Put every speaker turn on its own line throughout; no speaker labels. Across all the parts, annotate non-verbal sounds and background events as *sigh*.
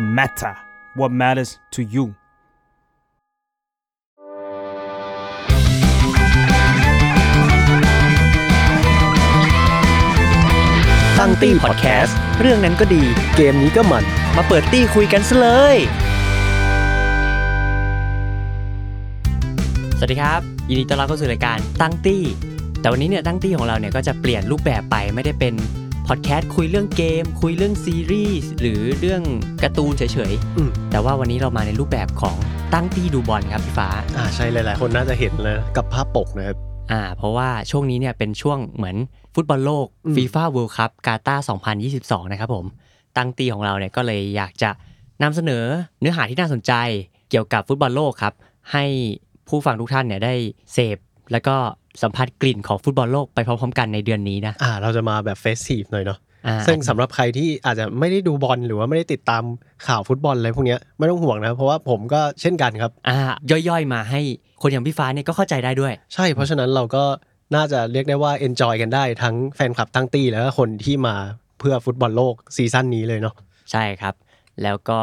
matter what matters to you
ตั้งตี้พอดแคสต์เรื่องนั้นก็ดี เกมนี้ก็มัน มาเปิดตี้คุยกันซะเลย
สวัสดีครับ ยินดีต้อนรับเข้าสู่รายการตั้งตี้ แต่วันนี้เนี่ยตั้งตี้ของเราเนี่ยก็จะเปลี่ยนรูปแบบไปไม่ได้เป็นพอดแคสต์คุยเรื่องเกม คุยเรื่องซีรีส์หรือเรื่องการ์ตูนเฉย
อืม
ๆ แต่ว่าวันนี้เรามาในรูปแบบของตั้งตี้ดูบอลครับพี่ฟ้า
อ่าใช่หลายๆ คนน่าจะเห็นเลยกับภาพปกนะครับ
อ่า เพราะว่าช่วงนี้เนี่ยเป็นช่วงเหมือนฟุตบอลโลก
อืม
ฟีฟ่าเวิลด์คัพกาตาร์2022 นะครับผม ตั้งตีของเราเนี่ยก็เลยอยากจะนำเสนอเนื้อหาที่น่าสนใจเกี่ยวกับฟุตบอลโลกครับ ให้ผู้ฟังทุกท่านเนี่ยได้เสพแล้วก็สัมผัสกลิ่นของฟุตบอลโลกไปพร้อมๆกันในเดือนนี้นะ
อ่าเราจะมาแบบเฟสทีฟหน่อยเนาะ
อ่า
ซึ่งสำหรับใครที่อาจจะไม่ได้ดูบอลหรือว่าไม่ได้ติดตามข่าวฟุตบอลอะไรพวกเนี้ยไม่ต้องห่วงนะ เพราะว่าผมก็เช่นกันครับ
อ่าย่อยๆมาให้คนอย่างพี่ฟ้าเนี่ยก็เข้าใจได้ด้วย
ใช่เพราะฉะนั้นเราก็น่าจะเรียกได้ว่า enjoy กันได้ทั้งแฟนคลับตั้งตี้แล้วก็คนที่มาเพื่อฟุตบอลโลกซีซั่นนี้เลยเนาะ
ใช่ครับ แล้วก็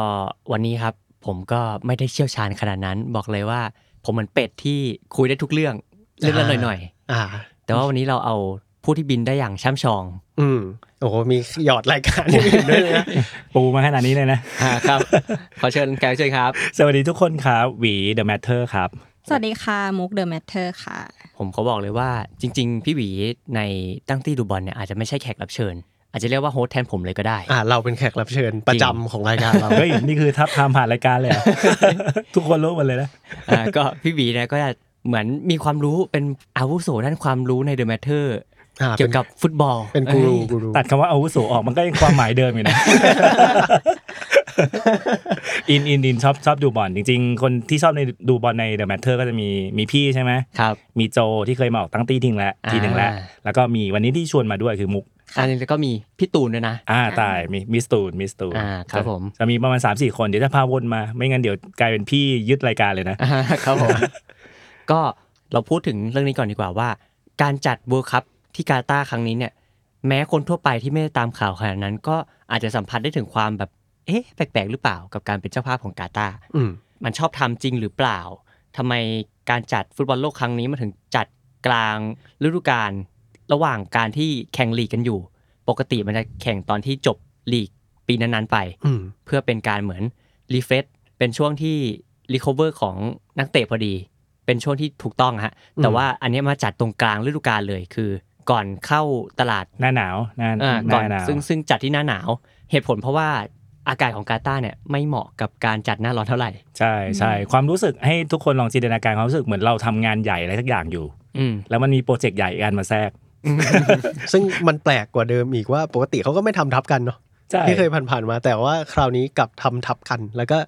วันนี้ครับผมก็ไม่ได้เชี่ยวชาญขนาดนั้น บอกเลยว่า ผมเหมือนเป็ดที่คุยได้ทุกเรื่องเรื่องละหน่อยๆ
อ่า
แต่ว่าวันนี้เราเอาผู้ที่บินได้อย่างช่ำชอง
อืมโอ้โหมีหยอดรายการอื่นด้วยนะ
*laughs*
ปูมาขนาดนี้เลยนะ
ครับ ขอเชิญแขกรับเชิญครับ
สวัสดีทุกคนครับหวี The Matter ครับ
สวัสดีค่ะ มุกเดอะแมทเทอร์ค่ะ
ผมเขาบอกเลยว่าจริง ๆ พี่หวีในตั้งตี้ดูบอลเนี่ยอาจจะไม่ใช่แขกรับเชิญ อาจจะเรียกว่าโฮสต์แทนผมเลยก็ได้
อ่าเราเป็นแขกรับเชิญประจำของรายการเรา
เฮ้ย นี่คือทับทามผ่านรายการเลยเหรอ ทุกคนรู้หมดเลยนะ
อ่าก็พี่หวีเนี่ยก็จะเหมือนมีความรู้เป็นอาวุโสด้านความรู้ในเดอะแมทเทอร์
อ่า
เกี่ยวกับฟุตบอล
เป็นกูรูกูรู
ตัดคำว่าอาวุโสออกมันก็ยังความหมายเดิมอยู่นะ อินอินอินชอบชอบดูบอลจริง ๆ คนที่ชอบในดูบอลใน The Matter ก็จะมีมีพี่ใช่ไหม
ครับ
มีโจที่เคยมาออกตั้งตี้ทิ้งแล้วทีหนึ่งแล้ว
อ่า
แล้วก็มีวันนี้ที่ชวนมาด้วยคือมุก
อันนี้แล้วก็มีพี่ตูนด้วยนะ
อ่า
อ่า
ตายมีมิสตูนมิสตูน
อ่าครับผม
จะมีประมาณ 3 4 คน เดี๋ยวจะพาวนมา ไม่งั้นเดี๋ยวกลายเป็นพี่ยึดรายการเลยนะ
อ่าครับผม ก็เราพูดถึงเรื่องนี้ก่อนดีกว่าว่า การจัดเวิร์คัพที่กาตาร์ครั้งนี้เนี่ย แม้คนทั่วไปที่ไม่ได้ตามข่าวขนาดนั้น ก็อาจจะสัมผัสได้ถึงความแบบ เอ๊ะ แปลกๆ หรือเปล่ากับการเป็นเจ้าภาพของกาตาร์
อืม
มันชอบทำจริงหรือเปล่าทำไมการจัดฟุตบอลโลกครั้งนี้มันถึงจัดกลางฤดูกาลระหว่างการที่แข่งลีกกันอยู่ ปกติมันจะแข่งตอนที่จบลีกปีนั้นๆไป
อืม
เพื่อเป็นการเหมือนรีเฟรชเป็นช่วงที่รีคอเวอร์ของนักเตะพอดี เป็นช่วงที่ถูกต้องฮะ แต่ว่าอันเนี้ยมาจัดตรงกลางฤดูกาลเลยคือ ก่อนเข้าตลาด
หน้าหนาวหน้า
อ่า
ห
ก่อน
น้าหนาว
ซึ่งซึ่งจัดที่หน้าหนาว เหตุผลเพราะว่าอากาศของกาตาร์เนี่ยไม่เหมาะกับการจัดหน้าร้อนเท่าไหร่
ใช่ใช่ความรู้สึกให้ทุกคนลองจินตนาการความรู้สึกเหมือนเราทำงานใหญ่อะไรสักอย่างอยู่
อืม
แล้วมันมีโปรเจกต์ใหญ่อีกอันมาแทรก
*laughs* ซึ่งมันแปลกกว่าเดิมอีกว่าปกติเขาก็ไม่ทำทับกันเนาะ
ใช่
ที่เคยผ่านๆมา แต่ว่าคราวนี้กลับทำทับกัน แล้วก็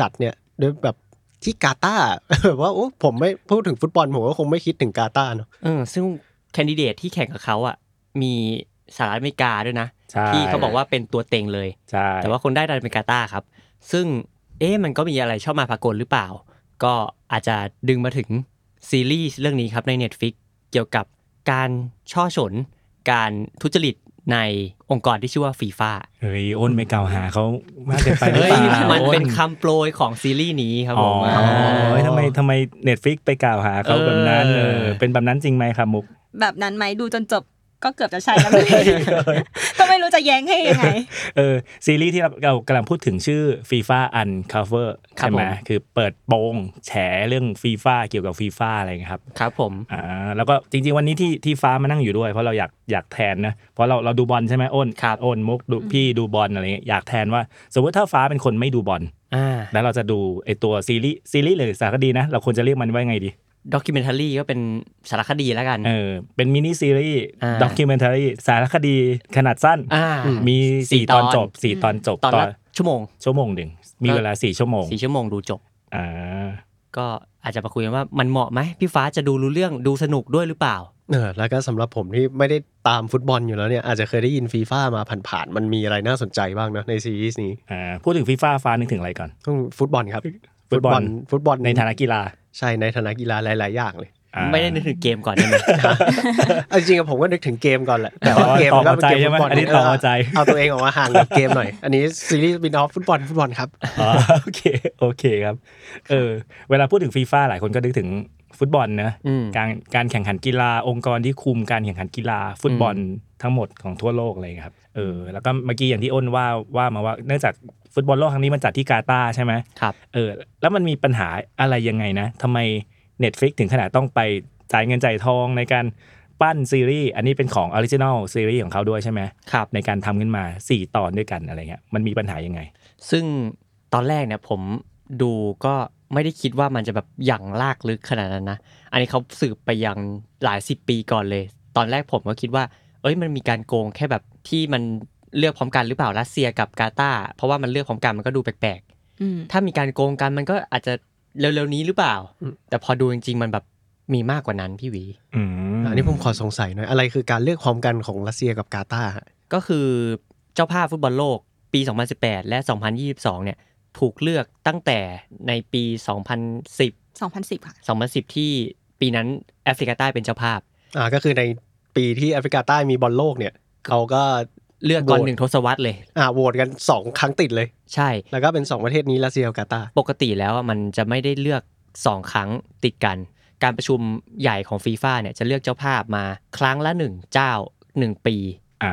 จัดเนี่ยด้วยแบบที่กาตาร์ *laughs* แบบว่าโอ้ผมไม่พูดถึงฟุตบอลผมก็คงไม่คิดถึงกาตาร์เนาะ
เออซึ่งแคนดิเดตที่แข่งกับเขาอ่ะมีสหรัฐอเมริกาด้วยนะ
ใช่
ที่เขาบอกว่าเป็นตัวเต็งเลย
ใช่
แต่ว่าคนได้ดันเป็นกาตาร์ครับ ซึ่งเอ๊ะมันก็มีอะไรชอบมาพากลหรือเปล่า ก็อาจจะดึงมาถึงซีรีส์เรื่องนี้ครับใน Netflix เกี่ยวกับการช่อฉน การทุจริตในองค์กรที่ชื่อว่าฟีฟ่า
เฮ้ยอ้นไม่กล่าวหาเขามากเกินไปหรือ
เฮ้
เป
ย
ล่า
มันเป็น
อ้
คำโปรยของซีรีส์นี้ครับ
อ๋
ผ
อ
มอ่า
เฮ้ยทำไมทำไมเน็ตฟิกไปกล่าวหาเขาแบบนั้นเอ
เออ
อเป็นแบบนั้นจริงไหมครับมุก
แบบนั้นไหมดูจนจบก็เกือบจะใช่แล้ว ก็ไม่รู้จะแย้งให้ยังไง
เออซีรีส์ที่เราเรากำลังพูดถึงชื่อ FIFA Uncover
ครับ
ใช่ไหม
ผม
คือเปิดโปงแฉเรื่องฟีฟ่าเกี่ยวกับฟีฟ่าอะไรเงี้ยครับ
ครับผม
อ่าแล้วก็จริงๆวันนี้ที่ที่ฟ้ามานั่งอยู่ด้วย เพราะเราอยากอยากแทนนะ เพราะเราเราดูบอลใช่ไหมอ้น
ครับ
อ้นมุกดูพี่ดูบอลอะไรเงี้ยอยากแทนว่า สมมติถ้าฟ้าเป็นคนไม่ดูบอล
อ่า
แล้วเราจะดูไอตัวซีรีส์ซีรีส์หรือสารคดีนะเราควรจะเรียกมันว่าไงดี
ด็อกิเมนทารีก็เป็นสารคดีแล้วกัน
เออเป็นมินิซีรีส์
อ่า
ด็อกิเมนทารีสารคดีขนาดสั้น
อ่า
มีสี่
สี่
ตอน
ตอน
จบสี่ตอนจบ
ตอนละชั่วโมง
ชั่วโมงหนึ่งมีเวลาสี่ชั่วโมง
สี่ชั่วโมงดูจบ
อ่า
ก็อาจจะมาคุยกันว่ามันเหมาะไหมพี่ฟ้าจะดูรู้เรื่องดูสนุกด้วยหรือเปล่า
เออแล้วก็สำหรับผมที่ไม่ได้ตามฟุตบอลอยู่แล้วเนี่ยอาจจะเคยได้ยินฟีฟ่ามาผ่านๆมันมีอะไรน่าสนใจบ้างนะในซีรีส์นี้
อ่าพูดถึงฟีฟ่าฟ้านึกถึงอะไรก่อน
ต้องฟุตบอลครับ
ฟุตบอล
ฟุตบอล
ในฐานะกีฬา
ใช่ในฐานะกีฬาหลาย ๆ อย่างเลย
อ่า
ไม่ได้นึกถึงเกมก่อน
*laughs*
ได้ไหม
เอาจริงๆอะผมก็นึกถึงเกมก่อนแหละแต่ว่า
อ๋อ
เกม
ต่อ
มันก็
หัวใจ
เป็นเกม
ใช่ไหม
ฟุตบอล
อันนี้ต่อหัวใจ
เออเอาตัวเองออกมาห่างจากเกมหน่อย อันนี้ซีรีส์บินออฟฟุตบอลฟุตบอลครับ
อ๋อ *laughs* โอเคโอเคครับเออเวลาพูดถึงฟีฟ่าหลายคนก็นึกถึงฟุตบอลเนอะ
อืม
การการแข่งขันกีฬาองค์กรที่คุมการแข่งขันกีฬาฟุตบอลทั้งหมดของทั่วโลกอะไรอย่างเลยครับเออแล้วก็เมื่อกี้อย่างที่อ้นว่าว่ามาว่าเนื่องจากฟุตบอลโลกครั้งนี้มันจัดที่กาตาร์ใช่ไหม
ครับ
เออแล้วมันมีปัญหาอะไรยังไงนะทำไม Netflix ถึงขนาดต้องไปจ่ายเงินจ่ายทองในการปั้นซีรีส์อันนี้เป็นของออริจินอลซีรีส์ของเขาด้วยใช่ไหม
ครับ
ในการทำขึ้นมาสี่ตอนด้วยกันอะไรเงี้ยมันมีปัญหายังไง
ซึ่งตอนแรกเนี่ยผมดูก็ไม่ได้คิดว่ามันจะแบบอย่างลากลึกขนาดนั้นนะ อันนี้เขาสืบไปยังหลายสิบปีก่อนเลย ตอนแรกผมก็คิดว่า เอ้ยมันมีการโกงแค่แบบที่มันเลือกพร้อมกันหรือเปล่ารัสเซียกับกาตาร์เพราะว่ามันเลือกพร้อมกันมันก็ดูแปลก
อืม
ๆ ถ้ามีการโกงกันมันก็อาจจะเร็วๆนี้หรือเปล่า
อืม
แต่พอดูจริงๆมันแบบมีมากกว่านั้นพี่หวี
อืม
อันนี้ผมขอสงสัยหน่อยอะไรคือการเลือกพร้อมกันของรัสเซียกับกาตาร์ฮะ
ก็คือเจ้าภาพฟุตบอลโลกปี 2018 และ 2022 เนี่ยถูกเลือกตั้งแต่ในปี 2010
สองพันสิบค่ะ
2010 ที่ปีนั้นแอฟริกาใต้เป็นเจ้าภาพ
อ่าก็คือในปีที่แอฟริกาใต้มีบอลโลกเนี่ยเขาก็
เลือกก่อนหนึ่งทศวรรษเลย
อ่าโหวตกันสองครั้งติดเลย
ใช่
แล้วก็เป็นสองประเทศนี้รัสเซียกับกาตาร์
ปกติแล้วอะมันจะไม่ได้เลือก 2 ครั้งติดกัน การประชุมใหญ่ของฟีฟ่าเนี่ยจะเลือกเจ้าภาพมาครั้งละ 1 เจ้า 1 ปี
อ่า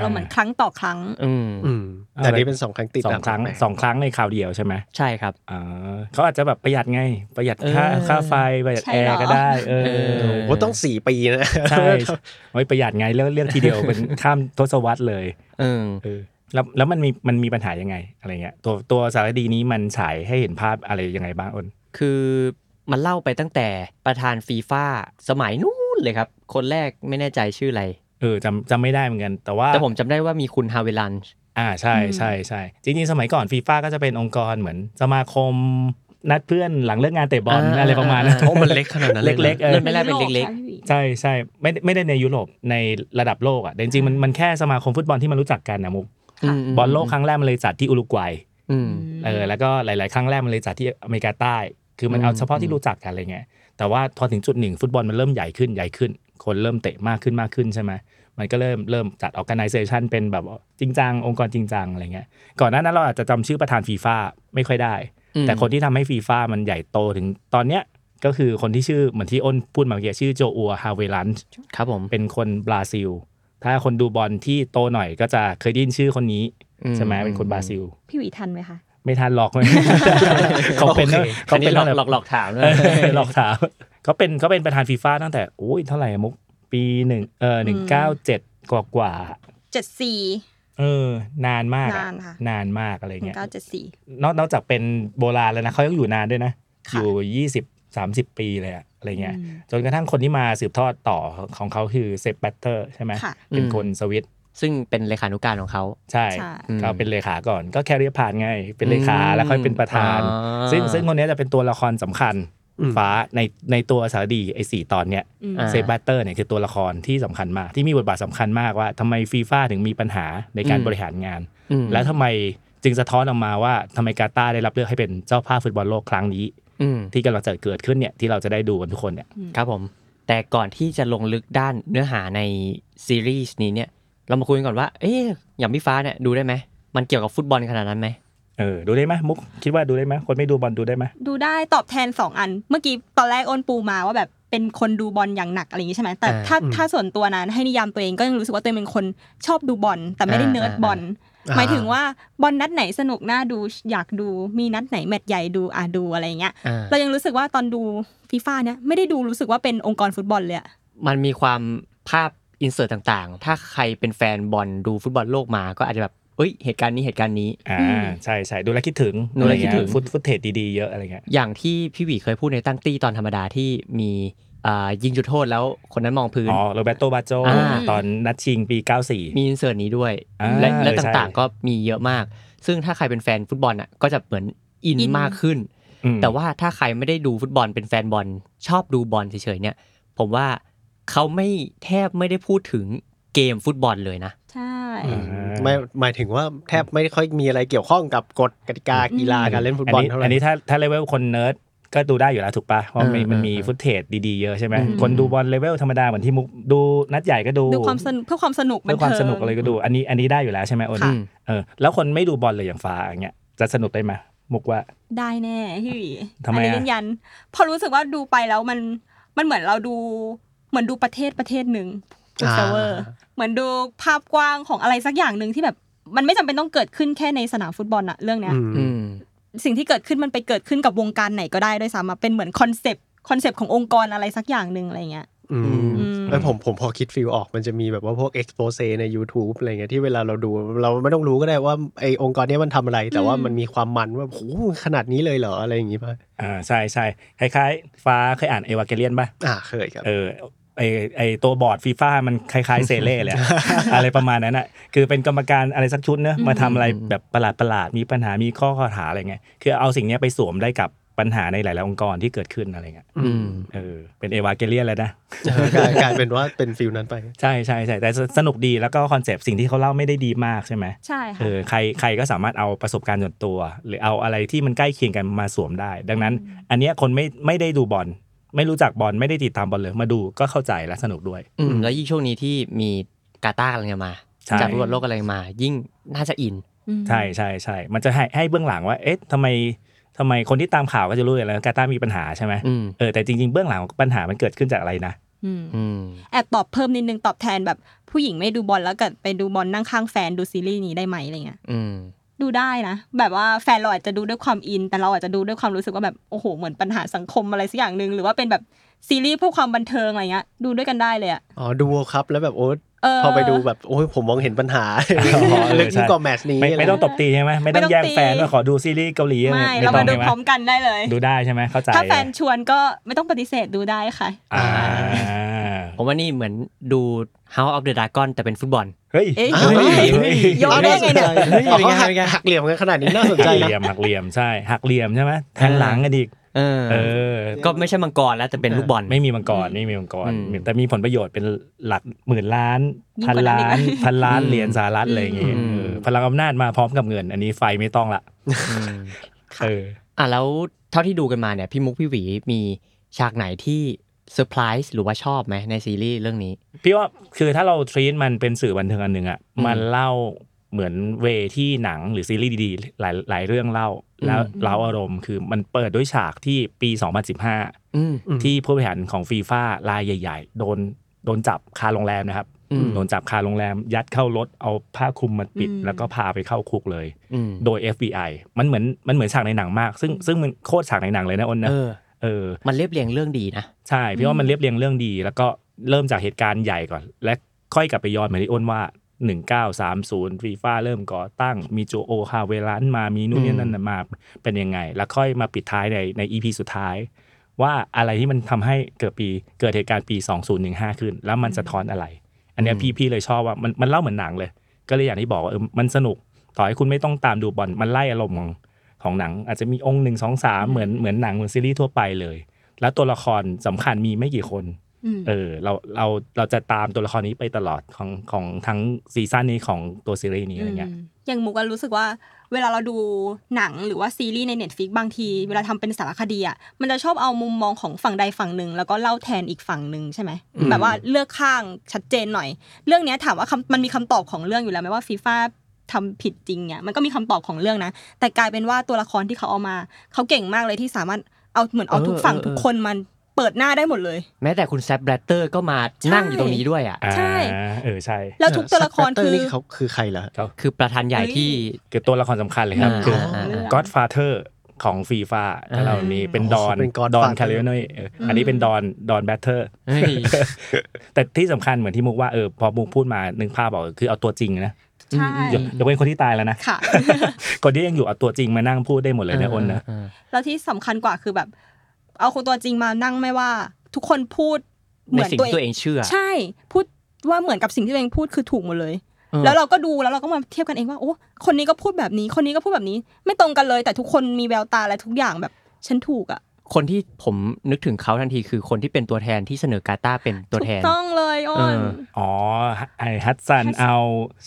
เราเหมือนครั้งต่อครั้ง
อืม
อืมแต่นี่เป็นสองครั้งติด
สอ
นะ
งครั้ง
แปลก
สองครั้งในคราวเดียวใช่ไหม
ใช่ครับ
อ่าเขาอาจจะแบบประหยัดไง ประหยัดค่า
เออ
ค่าไฟประหยัด
ใช่
แอ
เหรอ
ร์ก็ได้ เอ
เอ
อ
อ
โอ้ต้องสี่ปีนะ
ใช่ ไว้ประหยัดไงเรื่องเรื่องทีเดียว *laughs* เป็น ข้ามทศวรรษเลย
เออ
เออแล้วแล้วมันมีมันมีปัญหายังไงอะไรเงี้ยตัวตัวสารคดีนี้มันฉายให้เห็นภาพอะไรยังไงบ้างอ้น
คือมันเล่าไปตั้งแต่ประธานฟีฟ่าสมัยนู้นเลยครับ คนแรกไม่แน่ใจชื่ออะไร
เออจำจำไม่ได้เหมือนกัน แต่ว่า
แต่ผมจำได้ว่ามีคุณฮาเวลันช์
อ่าใช่ใช่ใช่จริงๆ สมัยก่อนฟีฟ่าก็จะเป็นองค์กรเหมือนสมาคมนัดเพื่อนหลังเลิกงานเตะบอลอะไรประมาณนั้น
โอ้มันเล็กขนาดนั้นเลยหรอ
เล็กๆเออ
เริ่มแรกเป็นเล็ก
ๆ
ใช่ใช่ไม่ได้ไม่ได้ในยุโรปในระดับโลกอ่ะแต่จริงๆมันมันแค่สมาคมฟุตบอลที่มันรู้จักกันนะมุก
ๆมม
บอลโลกครั้งแรกมันเลยจัดที่อุรุกวัย
อืม
เออแล้วก็หลาย ๆ ครั้งแรกมันเลยจัดที่อเมริกาใต้ คือมัน
อืม
เอาเฉพาะที่รู้จักกันอะไรเงี้ยแต่ว่าพอถึงจุดหนึ่งฟุตบอลมันเริ่มใหญ่ขึ้นใหญ่ขึ้น คนเริ่มเตะมากขึ้นมากขึ้นใช่ไหมมันก็เริ่มเริ่มจัด organization เป็นแบบจริงจังองค์กรจริงจังอะไรเงี้ยก่อนหน้านั้นเราอาจจะจำชื่อประธานฟีฟ่าไม่ค่อยได้
อืม
แต่คนที่ทำให้ฟีฟ่ามันใหญ่โตถึงตอนเนี้ยก็คือคนที่ชื่อเหมือนที่อ้นพูดมาเมื่อกี้ชื่อโจอัวฮาเวลัน
ครับผม
เป็นคนบราซิล ถ้าคนดูบอลที่โตหน่อยก็จะเคยได้ยินชื่อคนนี้
อื
ใช่ไหมเป็นคนบราซิล
พี่หวีทันไหมคะ
ไม่ทันหลอกเลย เขาเป็น
โอเค
เขา
เขา
เป็
เป็นนหลอกหลอกหลอก ก
หลอ
ถามเล
เอย อหลอกถามเขาเป็นเขาเป็นประธานฟีฟ่าตั้งแต่โอ้ยเท่าไหร่อะมุกปีหนึ่งเออหนึ่งเก้าเจ็ดกว่ากว่า
เจ็ดสี่
เออนานมากอะ
นานค่ะ
นานมากอะไร
หนึ่
เงี้ย
งเก้าเจ็ดสี่
นอกนอกจากเป็นโบราณแล้วนะเขายังอยู่นานด้วยนะอ
ค่ะ
ยู่ยี่สิบสามสิบปีเลยอะอะไรเงี้ย
อืม
จนกระทั่งคนที่มาสืบทอดต่อของเขาคือเซปแบตเตอร์ใช่ไหม
ค่ะ
เป็น
อืม
คนสวิต
ซึ่งเป็นเลขานุการของเขา
ใช่
ใช่
เขา
อืม
เป็นเลขาก่อนก็แค่เรียกผ่านไง เป็นเลขา
อืม
แล้วค่อยเป็นประธาน
อ่า
ซึ่งซึ่งคนเนี้ยจะเป็นตัวละครสำคัญ
อืม
ฟ้าในในตัวสารดีไอ้สี่ตอนเนี้ย
อืม
อ่า
เซฟบัตเตอร์เนี่ยคือตัวละครที่สำคัญมาก ที่มีบทบาทสำคัญมากว่าทำไมฟีฟ่าถึงมีปัญหาในการ
อืม
บริหารงาน
อืม
และทำไมจึงสะท้อนออกมาว่าทำไมกาตาร์ได้รับเลือกให้เป็นเจ้าภาพฟุตบอลโลกครั้งนี้
อืม
ที่กำลังจะเกิดขึ้นเนี่ยที่เราจะได้ดูกันทุกคนเนี่ย
ครับผม แต่ก่อนที่จะลงลึกด้านเนื้อหาในซีรีส์นี้เนี่ย เรามาคุยกันก่อนว่า เอ๊ะอย่างพี่ฟ้าเนี่ยดูได้ไหม มันเกี่ยวกับฟุตบอลขนาดนั้นไหม
เออดูได้ไหมมุกคิดว่าดูได้ไหมคนไม่ดูบอลดูได้ไหม
ดูได้ตอบแทนสองอัน เมื่อกี้ตอนแรกโอนปูมาว่าแบบเป็นคนดูบอลอย่างหนักอะไรอย่างนี้ใช่ไหมแต่
อ่า
ถ้า
อืม
ถ้าส่วนตัวนั้นให้นิยามตัวเองก็ยังรู้สึกว่าตัวเองเป็นคนชอบดูบอลแต่ไม่ได้
อ่า
เนิร์ดบอลหมายถึงว่าบอลนัดไหนสนุกน่าดูอยากดูมีนัดไหนแมตช์ใหญ่ดูอ่ะดูอะไรอย่างเงี้ย
อ่า
เรายังรู้สึกว่าตอนดูฟีฟ่าเนี่ยไม่ได้ดูรู้สึกว่าเป็นองค์กรฟุตบอลเลยอะ
มันมีความภาพอินเสิร์ตต่างๆ ถ้าใครเป็นแฟนบอลดูฟุตบอลโลกมาก็อาจจะแบบ เอ้ย เหตุการณ์นี้เหตุการณ์นี้
อ่าใช่ใช่ดูแลวคิดถึง
ดูแล้วคิดถึง
อะไรเยฟุตฟุตเทจดีๆเยอะอะไรเงี้ย
อย่างที่พี่หวีเคยพูดในตั้งตี้ตอนธรรมดาที่มีอ่ายิงจุดโทษแล้วคนนั้นมองพื้น
อ๋อโรเบโตบาโจ
อ่า
ตอนนัดชิงปี 94
มีอินเสิร์ตนี้ด้วย
อ่า
และและ
เออใช่
ต่างๆ ก็มีเยอะมาก ซึ่งถ้าใครเป็นแฟนฟุตบอลอ่ะก็จะเหมือนอินมากขึ้น
อืม
แต่ว่าถ้าใครไม่ได้ดูฟุตบอลเป็นแฟนบอล ชอบดูบอลเฉยๆเนี่ย ผมว่าเขาไม่แทบไม่ได้พูดถึงเกมฟุตบอลเลยนะ
ใช่
อืมไม่หมายถึงว่าแทบไม่ค่อยมีอะไรเกี่ยวข้องกับกฎกติกากีฬาการเล่นฟุต
อัน
บอล
นี้
เท่าไห
อั
ร่
นนี้ถ้าถ้าเลเวลคนเนิร์ด ก็ดูได้อยู่แล้วถูกปะเพราะมันมี
เออเออ
มันมีฟุตเทจดีๆเยอะใช่ไหม
อืม
คนดูบอลเลเวลธรรมดาเหมือนที่มุกดูนัดใหญ่ก็ดู
ดูความสนุกเพื่อความสนุกบั
เพื่อความ
เทิง
สนุกอะไรก็ดู อันนี้อันนี้ได้อยู่แล้วใช่ไหมโอน
ค่ะ
เออแล้วคนไม่ดูบอลเลยอย่างฟ้าอย่างเงี้ยจะสนุกได้ไหมมุกว่า
ได้แน่พี่หวี
ทำไม
อันนี้
อะ
ยืนยันเพอรู้สึกว่าดูไปแล้วมันมันเหมือนเราดูเหมือนดูประเทศประเทศหนึ่งพูดซะเวอร์
อ่า
เหมือนดูภาพกว้างของอะไรสักอย่างหนึ่งที่แบบมันไม่จำเป็นต้องเกิดขึ้นแค่ในสนามฟุตบอลอะเรื่องเนี้ย
อืม
อืม
สิ่งที่เกิดขึ้นมันไปเกิดขึ้นกับวงการไหนก็ได้ด้วยซ้ำอะเป็นเหมือนคอนเซปต์คอนเซปต์ขององค์กรอะไรสักอย่างหนึ่งอะไรเงี้ย
อืม
อื
ม
เอ้ยผมผมพอคิดฟิลออกมันจะมีแบบว่าพวกเอ็กโ s เซใน YouTube อะไรเงี้ยที่เวลาเราดู เราไม่ต้องรู้ก็ได้ว่าไอองค์กรเนี้ยมันทำอะไร แต่ว่ามันมีความมันว่าโหขนาดนี้เลยเหรออะไรอย่างงี้ป่ะ
อ่าใช่ใช่คล้ายๆ ฟ้าเคยอ่านเอวาเกเลียนป่ะ
อ่าเคยครับ
เออไอไอตัวบอร์ดฟีฟ่ามันคล้ายๆเซเล่เลยอะ อะไรประมาณนั้นอ่ะคือเป็นกรรมการอะไรสักชุดเนอะ
อืม
มาทำอะไรแบบประหลาดประหลาดๆมีปัญหามีข้อข้อหาอะไรเงี้ยคือเอาสิ่งเนี้ยไปสวมได้กับปัญหาในหลายๆองค์กรที่เกิดขึ้นอะไรเงี้ย
อืม
เออเป็นเอวาเกเลียนเลยนะ
กลายกลายเป็นว่าเป็นฟิลนั้นไป
ใช่ใช่ใช่แต่สนุกดีแล้วก็คอนเซปต์สิ่งที่เขาเล่าไม่ได้ดีมากใช่ไหม
ใช่ค่ะ
เออใครใครก็สามารถเอาประสบการณ์ส่วนตัว หรือเอาอะไรที่มันใกล้เคียงกันมาสวมได้ ดังนั้น อันเนี้ยคนไม่ไม่ได้ดูบอลไม่รู้จักบอลไม่ได้ติดตามบอลเลยมาดูก็เข้าใจและสนุกด้วย
อืมแล้วยิ่งช่วงนี้ที่มีกาตาร์กำลังจะมา
ใช่
จากฟุตบอลโลกกำลังมา ยิ่งน่าจะอิน
ใช่ใช่ใช่มันจะให้ให้เบื้องหลังว่า เอ๊ะทำไมทำไมคนที่ตามข่าวก็จะรู้อยู่แล้วกาตาร์มีปัญหาใช่ไหม
อืม
เออแต่จริง ๆ เบื้องหลังปัญหามันเกิดขึ้นจากอะไรนะ
อืม
อืม
แอบตอบเพิ่มนิดนึงตอบแทนแบบผู้หญิงไม่ดูบอลแล้วเกิดไปดูบอลนั่งข้างแฟนดูซีรีส์นี้ได้ไหมอะไรเงี้ย
อืม
ดูได้นะแบบว่าแฟนเราอาจจะดูด้วยความอิน แต่เราอาจจะดูด้วยความรู้สึกว่าแบบโอ้โหเหมือนปัญหาสังคมอะไรสักอย่างหนึ่งหรือว่าเป็นแบบซีรีส์เพื่อความบันเทิงอะไรเงี้ยดูด้วยกันได้เลยอะ
อ๋อดูครับแล้วแบบโอ๊ต
เออ
พอไปดูแบบโอ้ยผมมองเห็นปัญหา *laughs*
อ๋อ
ลึกยิ่งกว่า
ใช่
แมตช์นี้
ไม่
อะไร
ไม่ต้องตบตีใช่ไหมไม่ต้อ
ไม่
ง
ต้อง
แย่ง
ตี
แฟนว่าขอดูซีรีส์เกาหลีอะไร
ไม่
เนี่ย
เรา
ต้อ
มาง ดู
ใช่ไหม
พร้อมกันได้เลย
ดูได้ใช่ไหมเข้าใจ
ถ้าแฟนชวนก็ไม่ต้องปฏิเสธดูได้ค่ะ
อ่า
ผมว่านี่เหมือนดู House of the Dragon แต่เป็นฟุตบอล
เฮ้ย
เอ๊ะ
เฮ้ยเฮ้ย
โยนได้ไงเนี่ย
ฮ้ยเขาหักหักเหลี่ยมกันขนาดนี้น่าสนใจ
หัก
นะ
เหลี่ยมหักเหลี่ยมใช่หักเหลี่ยมใช่ไหมแทงหลังกันอีก
เออ
เออ
ก็ไม่ใช่มังกรแล้วแต่เป็นลูกบอล
ไม่มี *laughs* มังกรไม่มีมังกร
อืม
แต่มีผลประโยชน์เป็นหลักหมื่นล้าน
ยิ่ง
พัน
กว่านั้น
ล้า
อีก
น
นะ
พันล้าน
อืม
เหรียญสหรัฐอะไรอย่างเงี้ย
อืม
เออพลังอำนาจมาพร้อมกับเงิน อันนี้ไฟไม่ต้องละ
อืม
เออ
อ่ะแล้วเท่าที่ดูกันมาเนี่ย พี่มุกพี่หวีมีฉากไหนที่เซอร์ไพรส์หรือว่าชอบไหมในซีรีส์เรื่องนี้
พี่ว่าคือถ้าเราทรีตมันเป็นสื่อบันเทิงอันหนึ่งอ่ะ
อืม
มันเล่าเหมือนเวที่หนังหรือซีรีส์ดีๆหลายหลายเรื่องเล่าแล้ว
อืม
เล่าอารมณ์คือมันเปิดด้วยฉากที่ปี 2015
อืม
อืม
ที่ผู้บริหารของฟีฟ่ารายใหญ่ ๆ โดนโดนจับคาโรงแรมนะครับ
อืม
โดนจับคาโรงแรม ยัดเข้ารถเอาผ้าคลุมมาปิด
อืม
แล้วก็พาไปเข้าคุกเลย
อืม
โดย FBI มันเหมือนมันเหมือนฉากในหนังมาก ซึ่งซึ่งมันโคตรฉากในหนังเลยนะอ้นนะ
เออ
เออ
มันเรียบเรียงเรื่องดีนะ
ใช่พี่ว่ามันเรียบเรียงเรื่องดี แล้วก็เริ่มจากเหตุการณ์ใหญ่ก่อน และค่อยกลับไปย้อนเหมือนที่อ้นว่า 1930ฟีฟ่าเริ่มก่อตั้งมีโจโอฮาเวลันมามีนู่นนี่นั่นน่ะมาเป็นยังไง แล้วค่อยมาปิดท้ายในใน EP สุดท้าย ว่าอะไรที่มันทำให้เกิดปีเกิดเหตุการณ์ปี 2015 ขึ้น แล้วมันสะท้อนอะไร อันเนี้ย
อืม
พี่พี่เลยชอบว่ามันมันเล่าเหมือนหนังเลย ก็เลยอย่างที่บอกว่าเออมันสนุกต่อให้คุณไม่ต้องตามดูบอลมันไล่อารมณ์ของของหนัง อาจจะมีองค์หนึ่งสองสามเหมือนเหมือนหนังเหมือนซีรีส์ทั่วไปเลย แล้วตัวละครสำคัญมีไม่กี่คน
ม
เออเราเราเราจะตามตัวละครนี้ไปตลอดของของทั้งซีซั่นนี้ของตัวซีรีส์นี้อะไรเงี้ย
มอย่างมุกอะรู้สึกว่าเวลาเราดูหนังหรือว่าซีรีส์ใน Netflix บางที เวลาทำเป็นสารคดีอะมันจะชอบเอามุมมองของฝั่งใดฝั่งหนึ่ง แล้วก็เล่าแทนอีกฝั่งหนึ่งใช่ไหม
อืม
แบบว่าเลือกข้างชัดเจนหน่อย เรื่องเนี้ยถามว่าคำมันมีคำตอบของเรื่องอยู่แล้วไหมว่าฟีฟ่าทำผิดจริงเนี่ยมันก็มีคำตอบของเรื่องนะ แต่กลายเป็นว่าตัวละครที่เขาเอามาเขาเก่งมากเลยที่สามารถเอาเหมือนเอาทุกฝั่งทุกคนมันเปิดหน้าได้หมดเลย
แม้แต่คุณแซบแบตเตอร์ก็มา
ใช่
นั่งอยู่ตรงนี้ด้วยอ่ะ
อ่า
ใช่
เออใช่
แล้วทุกตัวละคร
เออ Seth Petter
คือ
นี่เขาคือใครล่ะ
คือประธานใหญ่ที่
คือตัวละครสำคัญเลยครับ
อ่า
คือ
อ่าอ่า
Godfather ของฟีฟ่าถ้าเรานี้เป็นดอน
อ๋อเป็น Godfather
ดอนคาริโอเนยอันนี้เป็นดอนดอนแบทเทอร์
เฮ้ย
แต่ที่สำคัญเหมือนที่มุกว่าเออพอมุกพูดมานึกภาพบอกคือเอาตัวจริงนะ
ใช่
ยกยกเว้นคนที่ตายแล้วนะ
ค่ะ
คนที่ยังอยู่เอาตัวจริงมานั่งพูดได้หมดเลยนะอ้นนะ
แล้วที่สำคัญกว่าคือแบบ เอาคนตัวจริงมานั่งไม่ว่า ทุกคนพูดเห
ใน
มือน
สิ่ง
ตัว
ที่
เอ
ตัวเอง งเชื่อ
ใช่ พูดว่าเหมือนกับสิ่งที่ตัวเองพูดคือถูกหมดเลย
เออ
แล้วเราก็ดูแล้วเราก็มาเทียบกันเองว่าโอ้คนนี้ก็พูดแบบนี้ คนนี้ก็พูดแบบนี้ ไม่ตรงกันเลย แต่ทุกคนมีแววตาและทุกอย่างแบบฉันถูกอ่ะ
คนที่ผมนึกถึงเขาทันทีคือคนที่เป็นตัวแทนที่เสนอกาตาร์เป็นตัวแทน
ถูกต้องเลยอ้อน
เออ
อ๋อไอฮัตซันเอา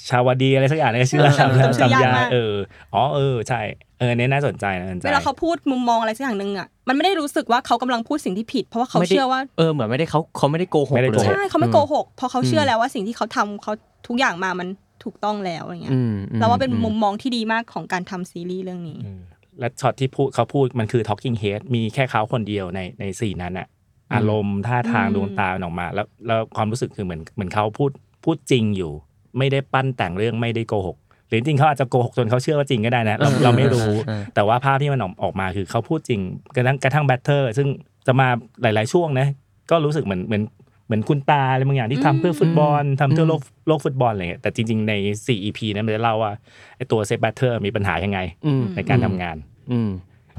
ชาวดีอะไรสักอย่างเนี่ยชื่อ
เออ
จำ
จำชื่
จำ
อยาก
ยาม
าก
เอออ๋อเออใช่เออเนี่ยน่าสนใจนะสนใจ
เวลาเขาพูดมุมมองอะไรสักอย่างหนึ่งอ่ะมันไม่ได้รู้สึกว่าเขากำลังพูดสิ่งที่ผิด เพราะว่าเขา
ไม่ได้
เชื่อว่า
เออเหมือนไม่ได้เขาเขาไม่ได้โกหก
ไม่ได้
เล
โก
ย
ห
ใช่เขาไม่โก
อื
หกเพราะเขาเชื่ออ
ม
แล้วว่าสิ่งที่เขาทำเขาทุกอย่างมามันถูกต้องแล้วอะไรเงี้ย
อืมอื
เราว่าเป็น
อื
มุมมองที่ดีมากของการทำซีรีส์เรื่องนี้
อืมและช็อตที่พูดเขาพูดมันคือ talking head มีแค่เขาคนเดียวในในสี่นั้นอะอารมณ์ท่าทาง
อืม
ดวงตามันออกมา แล้วแล้วความรู้สึกคือเหมือนเหมือนเขาพูดพูดจริงอยู่ ไม่ได้ปั้นแต่งเรื่องไม่ได้โกหกหรือจริงๆเขาอาจจะโกหกจนเขาเชื่อว่าจริงก็ได้นะ เราเราไม่รู้
เออ
แต่ว่าภาพที่มันออกออกมาคือเขาพูดจริงกระทั่งกระทั่งแบทเทอร์ ซึ่งจะมาหลาย ๆ ช่วงนะก็รู้สึกเหมือนเหมือนเหมือนคุณตาอะไรบางอย่างที่ทำเพื่อฟุตบอลทำเพื่อโลกโลกฟุตบอลอะไรเงี้ยแต่จริง ๆ ใน 4 EP นั้นมันจะเล่าว่าไอ้ตัวเซฟแบทเทอร์มีปัญหายังไง
อืม
ในการ
อืม
ทำงาน
อืม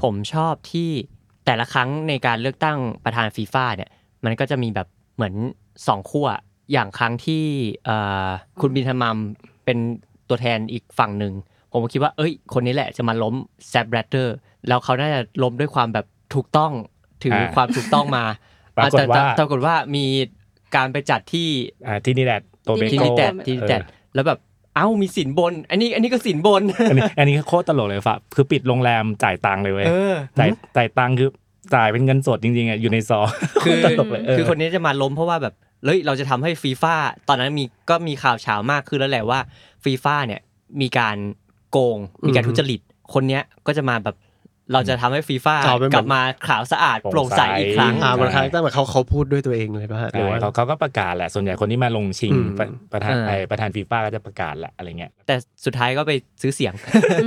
ผมชอบที่แต่ละครั้งในการเลือกตั้งประธานฟีฟ่าเนี่ย มันก็จะมีแบบเหมือนสองขั้วอย่างครั้งที่เอ่อคุณบินธมัมเป็นตัวแทนอีกฝั่งหนึ่ง ผมก็คิดว่า เอ้ย คนนี้แหละจะมาล้มแซบแรตเตอร์แล้วเขาน่าจะล้มด้วยความแบบถูกต้องถืออา ความถูกต้องมา
ปรากฏ
แต่แต่
ว่า
ปรากฏว่ามีการไปจัดที่
อ่าที่นี่แหละโตเบ
ที
ที่
โก
นิแตด
เออ
ทีนิแตดแล้วแบบเอ้ามีสินบน อันนี้อันนี้ก็สินบน
อันนี้อันนี้โคตรตลกเลยฟ้าคือปิดโรงแรมจ่ายตังค์เลยเว้ย
เออ
จ่ายจ่ายตังค์คือจ่ายเป็นเงินสดจริงๆอ่ะอยู่ในซอง
คือ
โตลกเลยเออ
คือคนนี้จะมาล้มเพราะว่าแบบเฮ้ยเราจะทำให้ฟีฟ่าตอนนั้นมีก็มีข่าวเช้ามากขึ้นแล้วแหละว่าฟีฟ่าเนี่ยมีการโกง มีการ
อืม
ทุจริต คนเนี้ยก็จะมาแบบเราจะทำให้ฟีฟ่า
เอาเป็นแบบ
กลับมาขาวสะอาดโป
โปร่
ร่ง
ง
ใส
ใส
อีกครั้ง
อ่ามันคาแรคเตอร์เหมือนเขาเขาพูดด้วยตัวเองเลยป่ะฮะหรือว่า
เขาเขาก็ประกาศแหละ ส่วนใหญ่คนที่มาลงชิง
อืม
ประประธาน
เออ
ไอ้ประธานฟีฟ่าก็จะประกาศแหละอะไรเงี้ย
แต่สุดท้ายก็ไปซื้อเสียง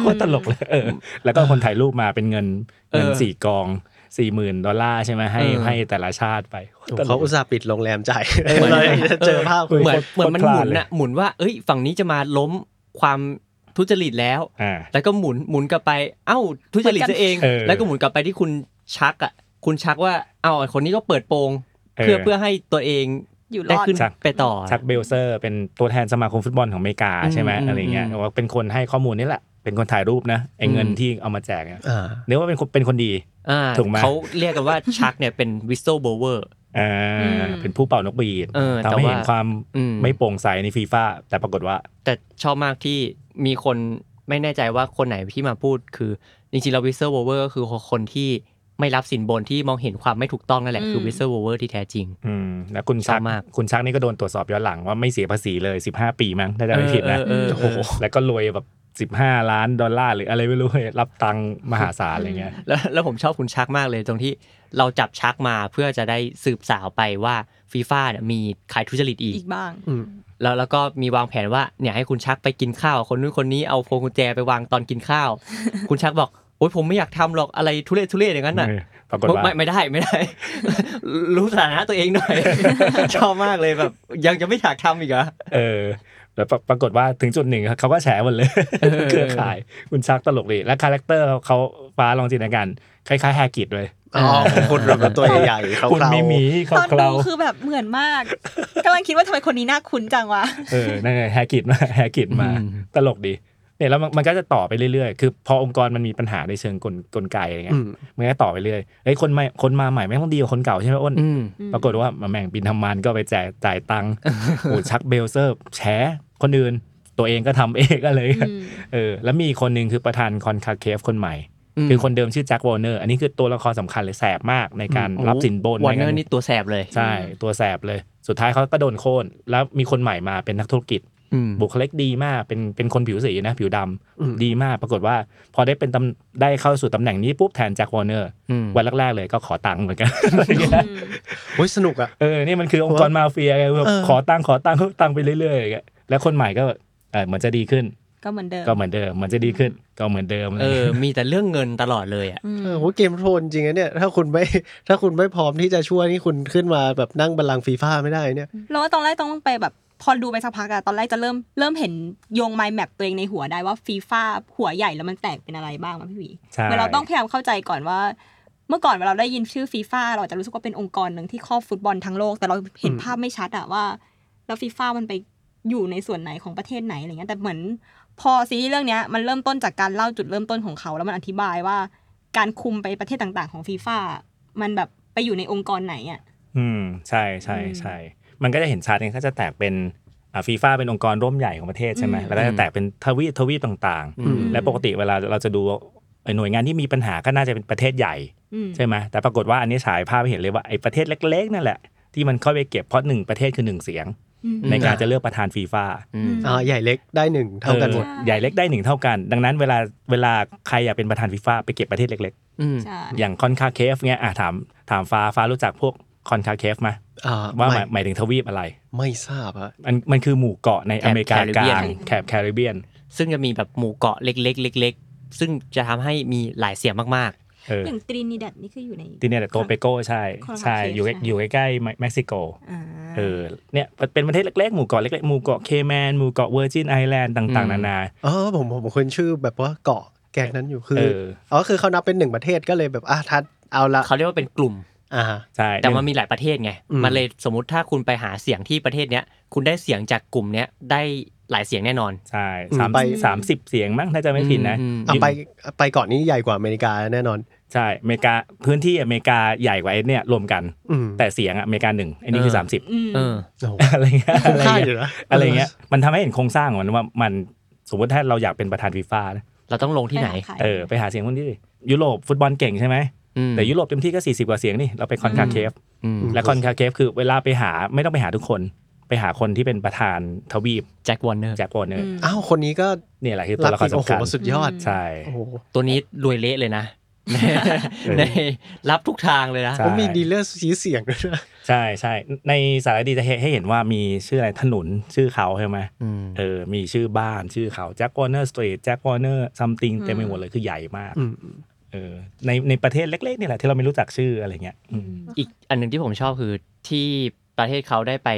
โคตรตลกเลยเออแล้วก็คนถ่ายรูปมาเป็นเงินเงิน
เออ
สี่กองสี่หมื่นดอลลาร์ใช่ไหมให้
เออ
ให้แต่ละชาติไปโคตรตลก
เขาอุตส่าห์ปิดโรงแรมจ่าย
เออ
เรายังจะเจอภาพ
เอ
เหมือนเห
โคตร
มือนมัน
โค
หมุ
ตรพลาด
น
เลย
อะหมุนว่าเอ้ยฝั่งนี้จะมาล้มความทุจริตแล้ว
อ่า
แล้วก็หมุนหมุนกลับไป เอ้า ทุจริตซะเอง
เออ
แล้วก็หมุนกลับไปที่คุณชักอ่ะ คุณชักว่า เอ้าไอ้คนนี้ก็เปิดโปง
เออ
เพื่อเพื่อให้ตัวเอง
อยู่ร
ได้
อด
ขึ้น
ชัก
ไปต่อ
ชักเบลเซอร์เป็นตัวแทนสมาคมฟุตบอลของอเมริกาใช่ไหม
อืม
อะไรเงี้ย
อืม
ว่าเป็นคนให้ข้อมูลนี่แหละ เป็นคนถ่ายรูปนะไอ้เงิน
อืม
ที่เอามาแจกเนี่ย
อ่า
นึกว่าเป็นคนเป็นคนดี
อ่า
ถูกไหม
เขาเรียกกันว่า ชักเนี่ยเป็นวิสโซโบเวอร์
อ่า
อืม
เป็นผู้เป่านกบีด
เออแต่
ทำให้เห็น
ว่า
ความ
อืม
ไม่โปร่งใสในฟีฟ่าแต่ปรากฏว่า
แต่ชอบมากที่มีคนไม่แน่ใจว่าคนไหนที่มาพูดคือ จริงๆแล้ววิสเซอร์โวเวอร์ก็คือคนที่ไม่รับสินบนที่มองเห็นความไม่ถูกต้องนั่นแหละคือ
ม
วิสเซอร์โวเวอร์ที่แท้จริง
อืมแล้วคุณ
ชอ
ชั
บ
ก
มาก
คุณชักนี่ก็โดนตรวจสอบย้อนหลังว่าไม่เสียภาษีเลย 15 ปีมั้งถ้าจะไม่ผิดนะ
เออเออเออ
โอ้โหแล้วก็รวยแบบ 15 ล้านดอลลาร์หรืออะไรไม่รู้ รับตังค์มหาศาลอะไรเงี้ย
แล้ว *laughs* แล้วผมชอบคุณชักมากเลยตรงที่เราจับชักมาเพื่อจะได้สืบสาวไปว่าฟีฟ่าเนี่ยมีขายทุจริตอีก
อีกบ้าง
อืม
แล้วแล้วก็มีวางแผนว่าเนี่ยให้คุณชักไปกินข้าว คนนู้นคนนี้เอาพวงกุญแจไปวางตอนกินข้าว คุณชักบอกโอ๊ยผมไม่อยากทำหรอกอะไรทุเรศทุเรศอย่างนั้นน่ะ
เออปรากฏว่า
ไม่ไม่ได้ไม่ได้ *laughs* รู้สถานะตัวเองหน่อย *laughs* ชอบมากเลยแบบ ยังจะไม่อยากทำอีกเหรอ
เออแล้วปรปรากฏว่าถึงจุดหนึ่งเขาก็แฉหมดเลย
เออ
เครือข่ายคุณชักตลกดีและคาแรคเตอร์เขาฟ้าลองจินตนาการคล้ายๆแฮกิดเลย
อ๋อคุณแบบตัวใหญ่ๆเขา
คุณ
เรา
มีหมีเขา
ตอน
เค
ดู
รา
คือแบบเหมือนมาก *laughs* กำลังคิดว่าทำไมคนนี้น่าคุ้นจังวะ
เออนั่นไงแฮกิดมาแฮกิดมา
อืม
ตลกดีเนี่ยแล้วมันมันก็จะต่อไปเรื่อยๆ คือพอองค์กรมันมีปัญหาในเชิงกลกลไกอะไรเงี้ย
อืม
มันก็ต่อไปเรื่อยไอ้ยคนใหม่ คนมาใหม่ไม่งต้องดีกว่าคนเก่าใช่ไหมอ้น
อืม
ปรากฏว่ามาแม่งบินทำมันก็ไปแจกจ่ายตังค์ โอ้ชักเบลเซอร์ แฉคนอื่น ตัวเองก็ทำเองอะไรเงี้ย
อืม
เออ แล้วมีอีกคนหนึ่งคือประธานคอนคาเคฟคนใหม่ คือคนเดิมชื่อแจ็ควอลเนอร์ อันนี้คือตัวละครสำคัญเลยแสบมากในการรับสินบน
วันเน
ใการ
อร์นี่ตัวแสบเลย
ใช่ ตัวแสบเลย สุดท้ายเขาก็โดนโค่น แล้วมีคนใหม่มาเป็นนักธุรกิจ
อืม
บุคลิกดีมาก เป็น เป็นคนผิวสีนะ ผิวดำ
อืม
ดีมาก ปรากฏว่า พอได้เป็นตำได้เข้าสู่ตำแหน่งนี้ปุ๊บแทนแจ็ควอร์เนอร์
อืม
วันแรกๆเลยก็ขอตังค์เหมือน *laughs* กัน อะไรเงี้ย
โอ้ยสนุกอ่ะ
เออ นี่มันคือองค์กรมาเฟียไงแบบ
เออ
ขอตังค์ขอตังค์ขอตังค์ไปเรื่อยๆอะไรเงี้ยแล้วคนใหม่ก็เออเหมือนจะดีขึ้น
ก็เหมือนเดิม
ก็เหมือนเดิม เหมือนจะดีขึ้น ก็เหมือนเดิมอะไร
เออ
เงี้ย
มีแต่เรื่องเงินตลอดเลยอ่ะ
ม
เออโหเกมโทนจริงนะเนี่ย ถ้าคุณไม่ *laughs* ถ้าคุณไม่พร้อมที่จะช่วยนี่คุณขึ้นมาแบบนั่งบัลลังก์ฟีฟ่าไม่ได้เนี่ย
เราว่าตอนแรกต้องไปแบบ พอดูไปสักพักอะตอนแรกจะเริ่มเริ่มเห็นโยงไมล์แมปตัวเองในหัวได้ว่าฟีฟ่าหัวใหญ่แล้วมันแตกเป็นอะไรบ้างมั้ยพี่หวี
ใช่
เหมือนเราต้องพยายามเข้าใจก่อนว่า เมื่อก่อนเวลาเราได้ยินชื่อฟีฟ่าเราอาจจะรู้สึกว่าเป็นองค์กรหนึ่งที่ครอบฟุตบอลทั้งโลก แต่เราเห็น
อืม
ภาพไม่ชัดอะว่า แล้วฟีฟ่ามันไปอยู่ในส่วนไหนของประเทศไหนอะไรเงี้ยแต่เหมือน พอซีรีส์เรื่องเนี้ยมันเริ่มต้นจากการเล่าจุดเริ่มต้นของเขา แล้วมันอธิบายว่า การคุมไปประเทศต่างๆของฟีฟ่า มันแบบไปอยู่ในองค์กรไหนอ่ะ
อืมใช่ใช่ใช่มันก็จะเห็นชัดเนี่ยก็จะแตกเป็นอ่าฟีฟ่าเป็นองค์กรร่วมใหญ่ของประเทศใช่ไหม
อืม
แล้วก็จะแตกเป็นทวีปทวีปต่าง
อืม
ๆ และปกติเวลาเราจะดูไอ้หน่วยงานที่มีปัญหาก็น่าจะเป็นประเทศใหญ่
อืม
ใช่ไหมแต่ปรากฏว่าอันนี้ฉายภาพให้เห็นเลยว่าไอ้ประเทศเล็ก ๆ นั่นแหละ ที่มันเข้าไปเก็บเพราะหนึ่งประเทศคือหนึ่งเสียง
อืม
ในการจะเลือกประธานฟีฟ่า
อืม
อ่าใหญ่เล็กได้หนึ่งเท่ากันหมด
เอ
ใหญ่เล็กได้หนึ่งเท่ากัน ดังนั้นเวลาเวลาใครอยากเป็นประธานฟีฟ่าไปเก็บประเทศเล็ก
อืม
ใช่
ๆ อย่างคอนคาเคฟเงี้ยอ่ะถามถามฟ้าฟ้ารู้จักพวกคอนคาเคฟไหม
อ่า
ว่าห
ไม่
มายหมายถึงทวีปอะไร
ไม่ทราบอะ
มันมันคือหมู่เกาะใน
แถบ
อเมริกา
แคริ
ก
เบียน
ลางแถบแคริบเบียน
ซึ่งจะมีแบบหมู่เกาะเล็กๆเล็กๆซึ่งจะทำให้มีหลายเสียงมาก
เออ
อย่างตรีนิดัดนี่คืออยู่ใน
ที่เนี่ยแต่โตเปโกใช่
คอนคาเคฟ
ใช่อยู่ใกล้
ใช่
อยู่ใกล้ๆเม็กเม็กซิโก
อ่า
เออเนี่ยเป็นประเทศเล็กๆหมู่เกาะเล็กๆหมู่เกาะเคแมนหมู่เกาะเวอร์จินไอแลนด์ต่างๆนานา
เออผมผมคุ้นชื่อแบบว่าเกาะแกงนั้นอยู่คื
เอ
อ
อ
อ๋อคือเขานับเป็นหนึ่งประเทศก็เลยแบบอ่ะทัดเอาละ
ๆ เขาเรียกว่าเป็นกลุ่ม
อ่า
ใช่
แต่มันมีหลายประเทศไง
อืม
มันเลยสมมติถ้าคุณไปหาเสียงที่ประเทศเนี้ย คุณได้เสียงจากกลุ่มเนี้ยได้หลายเสียงแน่นอน
ใช่
อืม
สาม
ไป
สามสิบเสียงมั้งถ้าจะไม่ผิดนะ
อืม
เอาไปไปเกาะนี้ใหญ่กว่าอเมริกาแน่นอน
ใช่อเมริกาพื้นที่อเมริกาใหญ่กว่าไอ้เนี่ยรวมกัน
อืม
แต่เสียงอะอเมริกาหนึ่งอันนี้คือ
เออ
สามสิบ *laughs*
อืม
เออ
โอ้โห
อะไรเงี้ย
คุ้มค่าอยู่นะ
อะไรเงี้ยมันทำให้เห็นโครงสร้างของมันว่ามันสมมติถ้าเราอยากเป็นประธานฟีฟ่า
เราต้องลงที่ไหน
ปาใคร
เออไปหาเสียงคนที่ดิยุโรปฟุตบอลเก่งใช่ไหม
อืม
แต่ยุโรปเต็มที่ก็ 40 กว่าเสียงนี่ เราไปคอนคาเคฟ
อืม
และคอนคาเคฟคือเวลาไปหาไม่ต้องไปหาทุกคน ไปหาคนที่เป็นประธานทวีป
แจ็ควอร์เนอร์
แจ็คโวอร์เนอร์
อืม
อ้าวคนนี้ก็
เนี่ยแหละคือตั
รับ
วละคร
อีกโอ้
สำ
โห
คัญ
สุดยอด
ใช่
โอ้โห
ตัวนี้รวยเละเลยนะ *laughs* ในรับทุกทางเลยนะ
ใช่
ผมมีดีลเลอร์สีเสียงด้วยนะ
ใช่ใช่ในสารคดีจะให้เห็นว่ามีชื่ออะไรถนนชื่อเขาใช่ไหม
อืม
เออมีชื่อบ้านชื่อเขาแจ็ควอร์เนอร์สตรีทแจ็ควอร์เนอร์ซัมติงเต็มไปหมดเลยคือใหญ่มาก
อืม
เออในในประเทศเล็กๆนี่แหละที่เราไม่รู้จักชื่ออะไรเงี้ยอืม
อีกอันหนึ่งที่ผมชอบคือที่ประเทศเขาได้ไป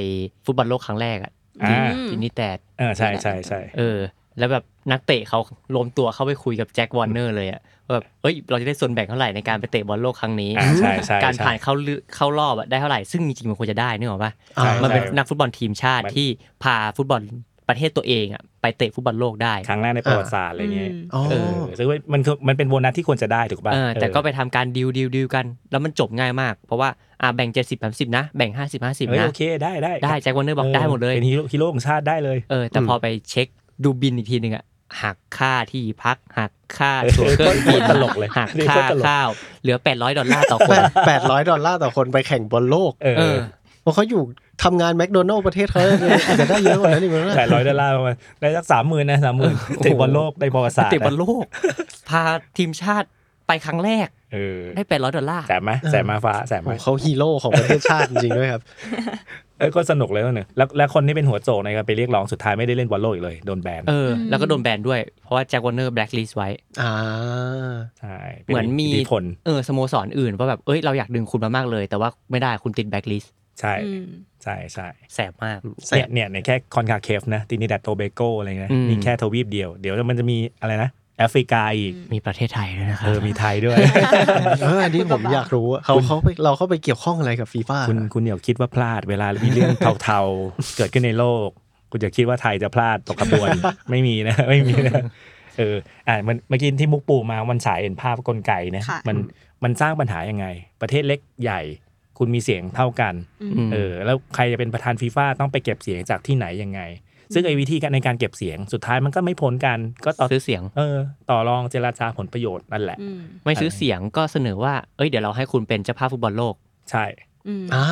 ฟุตบอลโลกครั้งแรกอะ
อ่า
ที่นี่แตด
เออใช่ใช่ใช่
เออ แล้วแบบนักเตะเขารวมตัวเข้าไปคุยกับแจ็ควอร์เนอร์เลยอะว่าแบบเอ้ยเราจะได้ส่วนแบ่งเท่าไหร่ในการไปเตะบอลโลกครั้งนี้
อ่าใช่ใช่
การ
ใช่
ผ่านเข้าลึกเข้ารอบอะได้เท่าไหร่ ซึ่งจริงๆมันควรจะได้นึกออกปะ
ใช่
มันเป็น
ใช่
นักฟุตบอลทีมชาติ
มัน
ที่พาฟุตบอลประเทศตัวเองอะไปเตะฟุตบอลโลกได้
ครั้งแรกในประวัติศาสตร์อะไรเงี้ย
อ๋อ
เออซึ่งมันคือมันเป็นโบนัสที่ควรจะได้ถูกป่ะ
เออแต่
เออ
ก็ไปทำการดิวดิวดิวกัน แล้วมันจบง่ายมาก เพราะว่าอ่าแบ่ง 70 30 นะ แบ่ง 50 50
เอ้ย
นะ
โอเคได้ได้
ได้แจ็ควอนเนอร์บอก
ออ
ได้หมดเลย
เป็นฮีโร่ฮีโร่ของชาติได้เลย
เออ แต่
อืม
พอไปเช็คดูบินอีกทีหนึ่งอะหักค่าที่พัก หักค่าตั๋วเครื่องบิน
ตลกเลย
หัก
นี่
ค่า
โตรตลก
ข้าว เหลือ 800 ดอลลาร์ต่อค
แป
น
ดแปดร้อยดอลลาร์ต่อคนไปแข่งบอลโลก
เอ
เอ
อ
อ
เพราะเขาอยู่ทำงานแมคโดนัลล์ประเทศเขาอาจจะได้เยอะกว่านั้นอีกมั้งนะ
แปดร้อยดอลลาร์ประมาณได้สักสามหมื่นนะสามหมื่นติดบอลโลกในประวัติศาสตร์
เตะบอล
นะ
โลก พาทีมชาติไปครั้งแรก
เออ
ได้ 800 ดอลลาร์
แสบไหมแสบมาฟ้าแสบไหม
โอ้เขาฮีโร่ของประเทศชาติจริงๆด้วยครับ
เออก็สนุกเลยเนอะแล้วแล้วคนที่เป็นหัวโจกในการไปเรียกร้องสุดท้ายไม่ได้เล่นบอลโลกอีกเลยโดนแบน
เอออ
ม
แล้วก็โดนแบนด้วย เพราะว่าแจ็ควอร์เนอร์แบล็คลิสไว้
อ่า
ใช่ป็
เหมือนมี
ทธิพล
เออสโมสรอื่นว่าแบบ เอ้ย เราอยากดึงคุณมามากเลย แต่ว่าไม่ได้คุณติดแบล็คลิส
ใช่
อืม
ใช่ใช่
แสบมาก
แส
เนี่ย
บ
เนี่ยในแค่คอนคาเคฟนะตินิดัดโตเบโกอะไรเงี้ย
อืม
นี่แค่ทวีปเดียวเดี๋ยวมันจะมีอะไรนะแอฟริกาอีก
มีประเทศไทยด้วยนะครั
เอบ อมีไทยด้วย
เอออันนี้ผมอยากรู้อะเขาเขาไปเราเข้าไปเกี่ยวข้องอะไรกับฟีฟ่า
คุณคุณอย่าคิดว่าพลาดเวลามีเรื่องเทาๆ เกิดขึ้นในโลก คุณอย่าคิดว่าไทยจะพลาดตกกระบวน *laughs* ไม่มีนะ ไม่มีนะ *laughs* เอออ่ามันเมื่อกี้ที่มุกปูมามันฉายเห็นภาพกลไกนะ
ค่ะ
มันมันสร้างปัญหายังไง ประเทศเล็กใหญ่ คุณมีเสียงเท่ากัน
อืม
เออแล้วใครจะเป็นประธานฟีฟ่าต้องไปเก็บเสียงจากที่ไหนยังไง ซึ่งไอ้วิธีการในการเก็บเสียงสุดท้ายมันก็ไม่พ้นกันก็ต่อ
ซื้อเสียง
เออต่อรองเจราจาผลประโยชน์นั่นแหละ
อืม
ไม่ซื้อเสียงก็เสนอว่า เอ้ย เดี๋ยวเราให้คุณเป็นเจ้าภาพฟุตบอลโลก
ใช่
อืม
อ่า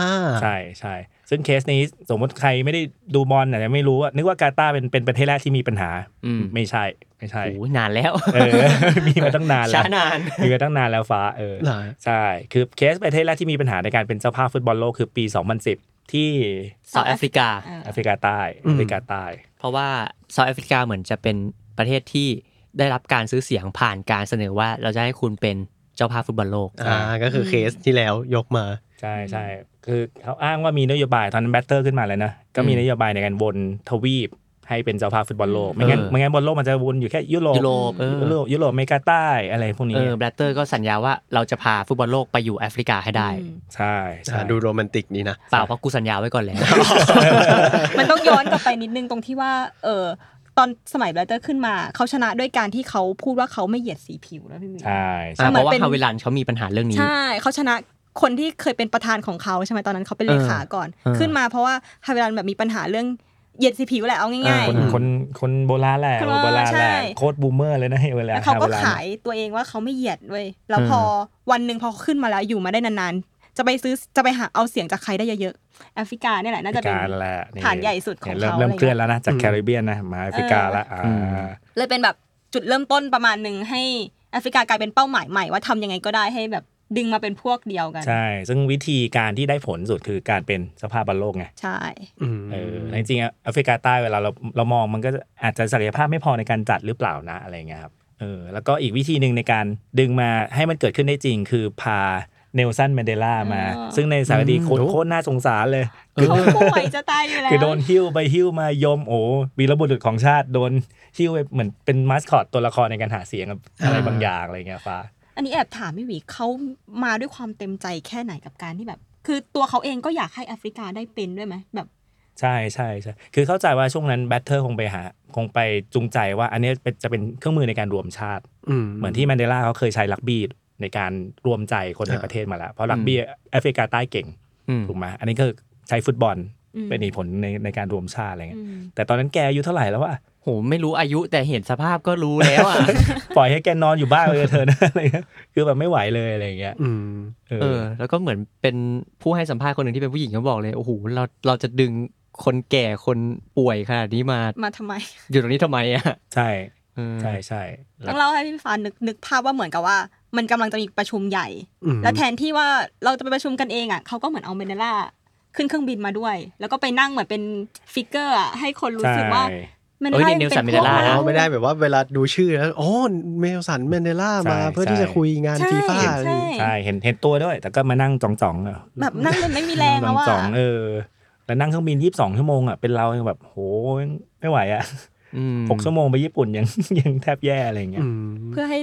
ใช่ใช่ซึ่งเคสนี้สมมติใครไม่ได้ดูบอลอาจจะไม่รู้ว่า นึกว่ากาตาร์เป็นเป็นประเทศแรกที่มีปัญหา
อืม
ไม่ใช่ไม่ใช่
โอ้โหนานแล้ว
เอ *laughs* อ มีมาตั้งนานแล้
ช้าว นาน
มีมาตั้งนานแล้วฟ้าเออ
เหรอ
ใช่ คือเคสประเทศแรกที่มีปัญหาในการเป็นเจ้าภาพฟุตบอลโลกคือปี 2010 ที่
เซาท์แอฟริกา
เออ
แอฟริกาใต้แอฟริกาใต้
เพราะว่าเซาท์แอฟริกาเหมือนจะเป็นประเทศที่ได้รับการซื้อเสียงผ่านการเสนอว่าเราจะให้คุณเป็นเจ้าภาพฟุตบอลโลก
อ่าก็คือเคสที่แล้วยกมา
ใช่ใช่คือเขาอ้างว่ามีนโยบายตอนนั้นแบตเตอร์ขึ้นมาแล้วนะ ก็มี
อืม
นโยบายในการวนทวีปให้เป็นเจ้าภาพฟุตบอลโลก ไม่งั้น
เออ
ไม่งั้นบอลโลกมันจะวนอยู่แค่ยุโรป
ยุโรปเออ
ยุโรปยุโรปอเมริกาใต้อะไรพวก
เอ
นี้
อแบลตเตอร์ก็สัญญาว่าเราจะพาฟุตบอลโลกไปอยู่แอฟริกาให้ได้
อืม
ใช่ใช่
อ่าดูโรแมนติกนี่นะ
เปล่าเพราะกูสัญญาไว้ก่อนแล้ว
มันต้องย้อนกลับไปนิดนึงตรงที่ว่า เออตอนสมัยแบลเตอร์ขึ้นมา เขาชนะด้วยการที่เขาพูดว่าเขาไม่เหยียดสีผิวนะพี่มิว
ใช่
อ่า
ใช่
เหมื
เพ
อน
ราะว่า
เป็น
ฮาเวิลันเขามีปัญหาเรื่องนี้
ใช่เขาชนะ คนที่เคยเป็นประธานของเขาใช่ไหมตอนนั้นเขาเป็นเลขาก่อน
เออ
ขึ้นมาเพราะว่าฮาเวลันแบบมีปัญหาเรื่องเหยียดสีผิวแหละเอาง่าย
คน
อืม
คนคนโบราณแหละ
คน
โบ
โบ
รา
รา
ณ
ณ
แหละ
ใช่
โคตรบูมเมอร์เลยนะเวลา
แล้วเขาก็
วล
ขายตัวเองว่าเขาไม่เหยียดเว้ยแล้วพอวันหนึ่งพอขึ้นมาแล้วอยู่มาได้นานๆ จะไปซื้อจะไปหาเอาเสียงจากใครได้เยอะๆแอฟริกาเนี่ยแหละน่าจะเป็น
การแหละ
ฐานใหญ่สุดของ
นี่ยเริ่ม
เขา
เริ่ม
อะไรเงี้ย
เคลื่อนแล้วนะ จาก
อืม
แคริบเบียนนะมาแอฟริกา
เออ
ละอ่า
อืม
เลยเป็นแบบจุดเริ่มต้นประมาณหนึ่งให้แอฟริกากลายเป็นเป้าหมายใหม่ว่าทำยังไงก็ได้ให้แบบดึงมาเป็นพวกเดียวกัน
ใช่ ซึ่งวิธีการที่ได้ผลสุดคือการเป็นสภาพบอลโลกไง
ใช่
อืม
เออแต่จริงๆอะแอฟริกาใต้เวลาเราเรามองมันก็จะอาจจะศักยภาพไม่พอในการจัดหรือเปล่านะอะไรเงี้ยครับเออแล้วก็อีกวิธีหนึ่งในการดึงมาให้มันเกิดขึ้นได้จริง คือพาเนลสันแมนเดลามา ซึ่งในสารคดีโคตร
โอ้
โคตรน่าสงสารเลยคือ
เขาป่วยจะตายอยู่แล้ว
คือโดนหิ้วไปหิ้วมาโยมโอ้วีรบุรุษของชาติโดนหิ้วไปเหมือนเป็นมาสคอตตัวละครในการหาเสียงอะไรบางอย่างอะไรเงี้ยฟ้า
อันนี้แอบถามพี่หวีเขามาด้วยความเต็มใจแค่ไหนกับการที่แบบ คือตัวเขาเองก็อยากให้แอฟริกาได้เป็นด้วยไหมแบบ
ใช่ใช่ใช่คือเข้าใจว่าช่วงนั้นแบทเทอร์คงไปหาคงไปจูงใจว่าอันเนี้ยเป็นจะเป็นเครื่องมือในการรวมชาติ เหมือนที่แมนเดลาเขาเคยใช้ลักบี้ในการรวมใจคนใน
อ่า
ประเทศมาแล้ว เพราะลักบี้แอฟริกาใต้เก่ง
อืม
ถูกไหมอันนี้ก็ใช้ฟุตบอล
อืม
เป็นเหตุผลในในการรวมชาติอะไร
อื
เงี้ย
ม
แต่ตอนนั้นแกอายุเท่าไหร่แล้ววะ
โหไม่รู้อายุแต่เห็นสภาพก็รู้แล้วอ่ะ
ปล่อยให้แกนอนอยู่บ้านเลยเธอะนะ *laughs* อะไรเงี้ยคือแบบไม่ไหวเลยอะไรเงี้ย
อืม
เอ
เอ
อ
อ แล้วก็เหมือนเป็นผู้ให้สัมภาษณ์คนหนึ่งที่เป็นผู้หญิงเขาบอกเลยโอ้โหเราเราจะดึงคนแก่คนป่วยขนาดนี้มา
มาทำไม
อยู่ตรงนี้ทำไมอ่ะ
ใช่
เออ
ใช่ใช่แล้
ต้
ว
องเล่าให้พี่ฟ้านึกนึกภาพว่าเหมือนกับว่า มันกำลังจะมีประชุมใหญ่
อืม
แล้วแทนที่ว่าเราจะไปประชุมกันเองอ่ะเขาก็เหมือนเอาเมนเดล่าขึ้นเครื่องบินมาด้วย แล้วก็ไปนั่งเหมือนเป็นฟิกเกอร์อะให้คนรู้
ใช่
สึกว่าเมนเด
เอ้ย
ล่า
นี่
ยั
เนล
งเป็
สัน
น
เม
พ
เด
วก
ลา
เรา
อ๋อไม่ได้แบบว่าเวลาดูชื่อแล้วอ๋อเมลสันแมนเดล่ามาเพื่อที่จะคุยงาน
ใช่
ฟีฟ่า
ใช่ใช่
ใช่เห็นเห็นตัวด้วย แต่ก็มานั่งจ่องๆอะ
แบบนั่งจนไม่มีแรงแล้วว่า
สองเออแล้วนั่งเครื่องบินยี่สิบสองชั่วโมงอ่ะเป็นเรายังแบบโหไม่ไหวอ่ะ
อืม
หกชั่วโมงไปญี่ปุ่นยัง *laughs* ยังแทบแย่อะไรอย่างเงี้ย
เพื่อให้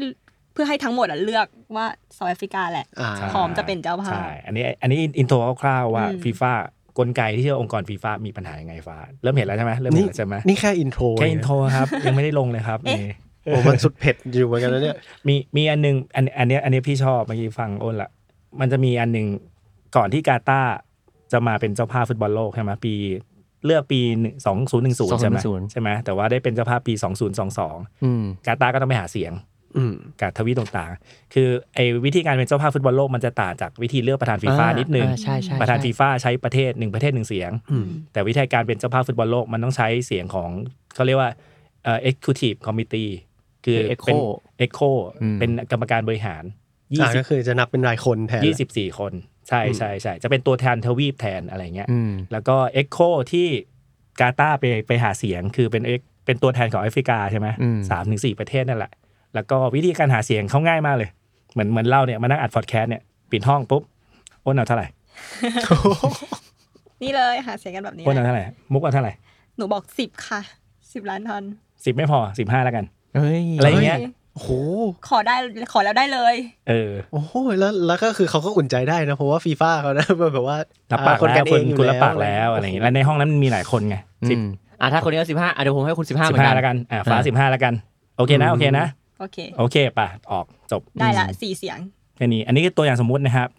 เพื่อให้ทั้งหมดอะเลือกว่าเซาท์แอฟริกาแหละ
อ่า
ใช่
พร้อมจะเป็นเจ้าภา
ใช่
พ
อันนี้อันนี้อินโทรคร่าวๆว่า
อืม
ฟีฟ่ากลไกที่เชื่อองค์กรฟีฟ่ามีปัญหายังไงฟ้าเริ่มเห็นแล้วใช่ไหมเริ่มเห็นแล้วใช่ไหม
นี่แค่อินโทร
แค่อินโทรครับ ยังไม่ได้ลงเลยครับนี่
โอ้มันสุดเผ็ดอยู่เหมือนกันนะเนี่ย
มีมีอันหนึงอันอันเนี้ยอันเนี้ยพี่ชอบเมื่อกี้ฟังโอนละมันจะมีอันหนึ่งก่อนที่กาตาร์จะมาเป็นเจ้าภาพฟุตบอลโลกใช่ไหมปีเลือกปี2 0 1 0ใช่ไหม
2010
ใช่ไหมแต่ว่าได้เป็นเจ้าภาพปี 2022
อืม
กาตาร์ก็ต้องไปหาเสียง
อืม
กับทวีตต่างๆ คือไอ้วิธีการเป็นเจ้าภาพฟุตบอลโลกมันจะต่างจากวิธีเลือกประธานฟีฟ่า
อ่านิ
นิดนึง
อ่าใช่ใช่
ประธาน
ใช่
ฟีฟ่าใช้ประเทศหนึ่งประเทศหนึ่งเสียง
อืม
แต่วิธีการเป็นเจ้าภาพฟุตบอลโลกมันต้องใช้เสียงของเขาเรียกว่าเอ่อ executive committee คือ
Echo
เป็น echo
อืม
เป็นกรรมการบริหาร
อ่าก็คือจะนับเป็นรายคนแทน
20 24 คน ใช่ใช่ใช่จะเป็นตัวแทนทวีปแทนอะไรเงี้ย
อืม
แล้วก็ Echo ที่กาตาร์ไปไปหาเสียงคือเป็น Ex- เป็นตัวแทนของแอฟริกาใช่ไหม
อืม
สามถึงสี่ประเทศนั่นแหละ แล้วก็วิธีการหาเสียงเขาง่ายมากเลย เหมือนเหมือนเล่าเนี่ยมานั่งอัดฟอดแคสต์เนี่ยปิดห้องปุ๊บโอนเอาเท่าไหร่
นี่เลยหาเสียงกันแบบนี้
โอนเอาเท่าไหร่มุกเอาเท่าไหร่
หนูบอกสิบค่ะสิบล้านทอน
สิบไม่พอสิบห้าแล้วกัน
เฮ้ย
อะไรเงี้ย
โอ้โห
ขอได้ขอแล้วได้เลย
เออ
โอ้โหแล้วแล้วก็คือเขาก็อุ่นใจได้นะ เพราะว่าฟีฟ่าเขานะ *laughs* แบบว่า
รับปาก
อ่คน
แล้
กั
วน
เองอ
คุณ
ยู่
คุณรับปากแล้วอะไรอย่างเงี้ยแล้วในห้องนั้นมันมีหลายคนไง
สิ
สิ
บบ อ่ะถ้าคนนี้เอาสิบห้าเดี๋ยวผมให้คุณสิบห้าเห
สิ
มือบ น
ห้า
กัน
แล้วกันอ่าฟ้า
อ่า
สิบห้าแล้วกันโอเคนะโอเคนะ
โอเค
โอเคป่ะออกจบ
ได้ละสี่เสียง
แค่นี้อันนี้คือตัวอย่างสมมุตินะครับ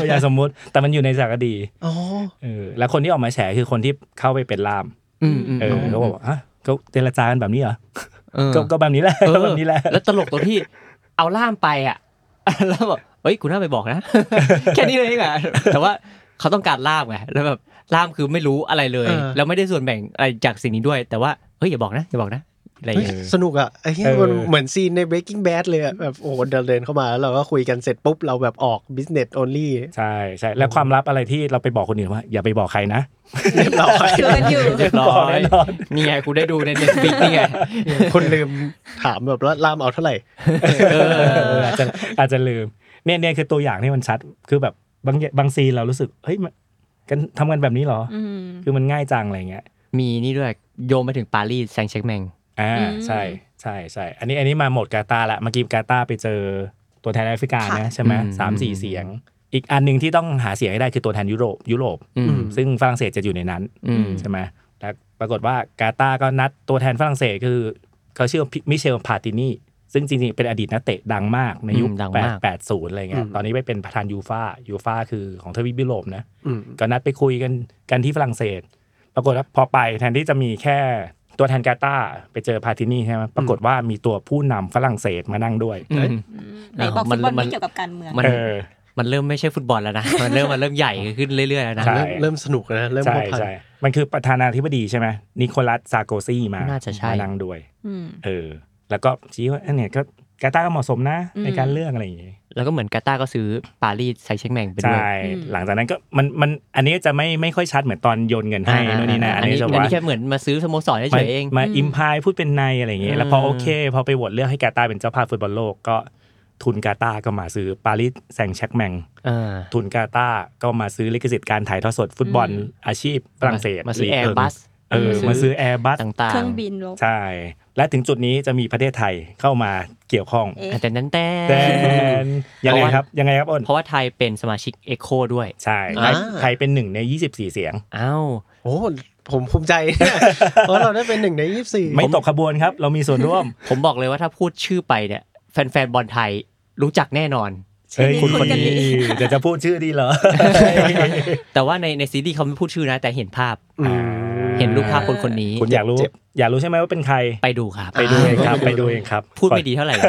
ตัวอย่างสมมุติแต่มันอยู่ในสารคดี
โอ้โห
เออแล้วคนที่ออกมาแฉคือคนที่เข้าไปเป็นล่าม
อืมอืม
เออเขาบอกว่าฮะก็เจรจากันแบบนี้เหรอ
เออ
ก็ก็แบบนี้แหละ
เออ
ก็แบบนี้แหละ
แล้วตลกตรงที่ *laughs* เอาล่ามไปอ่ะ *laughs* แล้วบอกเอ้ยกูน่าไปบอกนะ *laughs* แค่นี้เลยเองอ่ะแต่ว่า *laughs* เขาต้องการล่ามไงแล้วแบบล่ามคือไม่รู้อะไรเลย แล้วไม่ได้ส่วนแบ่งอะไรจากสิ่งนี้ด้วย แต่ว่าเฮ้ยอย่าบอกนะอย่าบอกนะอะไรอย่าง
เฮ้ย
เงี้ย
สนุกอ่ะไอ้เหี้ยมันเหมือนซีนใน Breaking Bad เลยอะแบบโอ้โหเดินเดินเข้ามาแล้วเราก็คุยกันเสร็จปุ๊บเราแบบออก business only
ใช่ใช่แล้วความลับอะไรที่เราไปบอกคนอื่นว่า อย่าไปบอกใครนะ
เรียบร้อย
เกินอยู่
เรียบร้
บ
อ
อก
ย
แน่นอน
นี่ไงกูได้ดูในเน็ตฟิก *laughs* นี่ไง
คนลืมถามแบบว่าล่ามเอาเท่าไหร่
เออ
เอออาจจะอาจจะลืมเนี่ยเนี่ยคือตัวอย่างที่มันชัดคือแบบบางอย่างบางซีนเรารู้สึกเฮ้ยมันกันทำกันแบบนี้เหรอ
อืม
คือมันง่ายจังอะไรเงี้ย
มีนี่ด้วยโยมไปถึงปารีสแซงเช็คแมง
อ่า
อืม
ใช่ใช่ใช่อันนี้อันนี้มาหมดกาตาร์ละเมื่อกี้กาตาร์ไปเจอตัวแทนแอฟริกา
ค่ะ
นะใช่ไหม
อืม
สามสี่เสียง อีกอันหนึ่งที่ต้องหาเสียงให้ได้คือตัวแทนยุโรปยุโรป
อืม
ซึ่งฝรั่งเศสจะอยู่ในนั้น
อืม
ใช่ไหมแล้วปรากฏว่ากาตาร์ก็นัดตัวแทนฝรั่งเศสคือเขาชื่อมิเชลพาตินี ซึ่งจริงๆ เป็นอดีตนักเตะดังมากในยุค
อืมดัง
แป
มา
ด
ก
แปดศูนย์อะไรเงี้ย
อืม
ตอนนี้ไปเป็นประธานยูฟายูฟาคือของทวีปยุโรปนะ
อืม
ก็นัดไปคุยกันกันที่ฝรั่งเศส ปรากฏว่าพอไปแทนที่จะมีแค่ตัวแทนกาตาร์ไปเจอพาทินี่ใช่ไหมปรากฏว่ามีตัวผู้นำฝรั่งเศสมานั่งด้วย
อืม
อืมไหนบอก
มั
ฟุ
น
ตบอล
มั
ไม่
น
เกี่ยวกับการเมือง
มัน
เออ
มันเริ่มไม่ใช่ฟุตบอลแล้วนะ *laughs* มันเริ่มมันเริ่ม
*laughs*
ใหญ่ขึ้นเรื่อยๆแล้วนะ
ใช่
เริ่มเริ่มสนุกนะเริ่ม
ใช่
พัวพัน
ใช่ มันคือประธานาธิบดีใช่ไหมนิโคลัสซาโกซี่มา
น่าจะใช่
มานั่งด้วย
อืม
เออ แล้วก็ชี้ว่าอันเนี่ยก็กาตาร์ก็เหมาะสมนะ
อืม
ในการเลือกอะไรอย่างงี้
แล้วก็เหมือนกาตาร์ก็ซื้อปารีสไซต์เชงแมงไปด้วย
ใช่
อืม
หลังจากนั้นก็มันมันอันนี้จะไม่ไม่ค่อยชัดเหมือนตอนโยนเงินให้
อ่า
โน่นนี่นะ
อั
อั
น
น
นี้
นี้
อั
จะ
น
ว่า
นี้แค่เหมือนมาซื้อสโมสรเฉยๆเอง
มา
อืม
อิมพายพูดเป็นในอะไรอย่างเงี้ยแล้วพอ
อืม
โอเค พอไปโหวตเลือกให้กาตาร์เป็นเจ้าภาพฟุตบอลโลกก็ทุนกาตาร์ก็มาซื้อปารีสแซงต์แชกแมง
เออ
ทุนกาตาร์ก็มาซื้อลิขสิทธิ์การถ่ายทอดสดฟุตบอล
อืม
อาชีพฝรั่งเศส
มาซื้อ
ลีก
แอ
เง
ร์บัส
เออ
มา
มา
ซื้
ซื้
อ
อแอร์บัส
ต่าง
เครื่องบินรบ
ใช่ และถึงจุดนี้จะมีประเทศไทยเข้ามาเกี่ยวข้อง
ๆ
เอ๊ะ
แต่นั้นแต่
แต่ยังไง
เพราะว่า
ครับยังไงครับอ้น
เพราะว่าไทยเป็นสมาชิกเอโคด้วย
ใช่ไทย
อ่า
ไทยเป็นหนึ่งใน 24 เสียง
อ้าว
โอ้ผมภูมิใจ
*laughs*
เพราะเราได้เป็นหนึ่งในยี่สี่
ไม่ตกขบวนครับ เรามีส่วนร่วม
ผมบอกเลยว่าถ้าพูดชื่อไปเนี่ยแฟนๆบอลไทยรู้จักแน่นอน
เฮ้ยคุ
คุ
ณ ณ
ค
คน น
นี้
นี้เดี๋ยวจะพูดชื่อดี
*laughs*
เหรอ
แต่ว่าในในซีรีส์เขาไม่พูดชื่อนะ แต่เห็นภาพ
อืม
เห็นรูปภาพคนคนๆนี้
คุณอยากรู้
เจ็บ
อยากรู้ใช่ไหมว่าเป็นใคร
ไปดูครับ
ไปดูเองครับ
อ่า
ไปดูเองครับ
พูดไม่ดีเท่าไหร่หรอก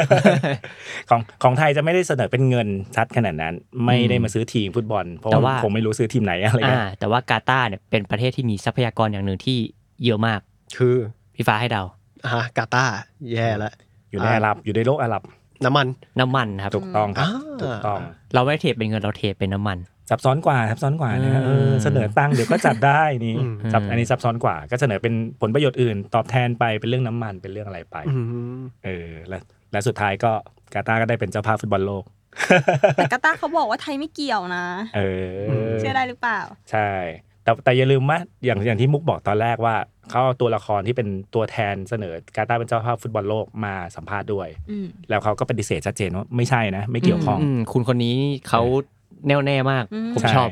ของของไทยจะไม่ได้เสนอเป็นเงินชัดขนาดนั้น ไม่ได้มาซื้อทีมฟุตบอล เพราะ
แต่ว่า
ว่าผมไม่รู้ซื้อทีมไหนอะไร
อ่า
เงี้ย
แต่ว่ากาตาร์เนี่ยเป็นประเทศที่มีทรัพยากรอย่างหนึ่งที่เยอะมาก
คือ
พี่ฟ้าให้เดา
ฮะกาตาร์แย่ละ
อยู่ในอาหรับอยู่ในโลกอาหรับ
น้ำมัน
น้ำมันครับ
ถูกต้องครับ
อ่า
ถูกต้อง
เราไม่ได้เทรดเป็นเงินเราเทรดเป็นน้ำมัน
ซับซ้อนกว่าซับซ้อนกว่านะครับเออ
อืม
เสนอตังค์เดี๋ยวก็จัดได้นี่
อืม
ซับ
อืม
อันนี้ซับซ้อนกว่า ก็เสนอเป็นผลประโยชน์อื่น ตอบแทนไปเป็นเรื่องน้ำมันเป็นเรื่องอะไรไป
อืม
เออและและสุดท้ายก็กาตาร์ก็ได้เป็นเจ้าภาพฟุตบอลโลก
แต่กาตาร์เขาบอกว่าไทยไม่เกี่ยวนะ
เออ
เชื่อได้หรือเปล่า
ใช่ แต่แต่อย่าลืมว่าอย่างอย่างที่มุกบอกตอนแรกว่าเขาเอาตัวละครที่เป็นตัวแทนเสนอกาตาร์เป็นเจ้าภาพฟุตบอลโลกมาสัมภาษณ์ด้วย
อืม
แล้วเขาก็ปฏิเสธชัดเจนว่าไม่ใช่นะ ไม่เกี่ยวข้อง
อืมคุณคนนี้เขาแน่วแน่มาก
อืม
ผม
ใช่
ชอบ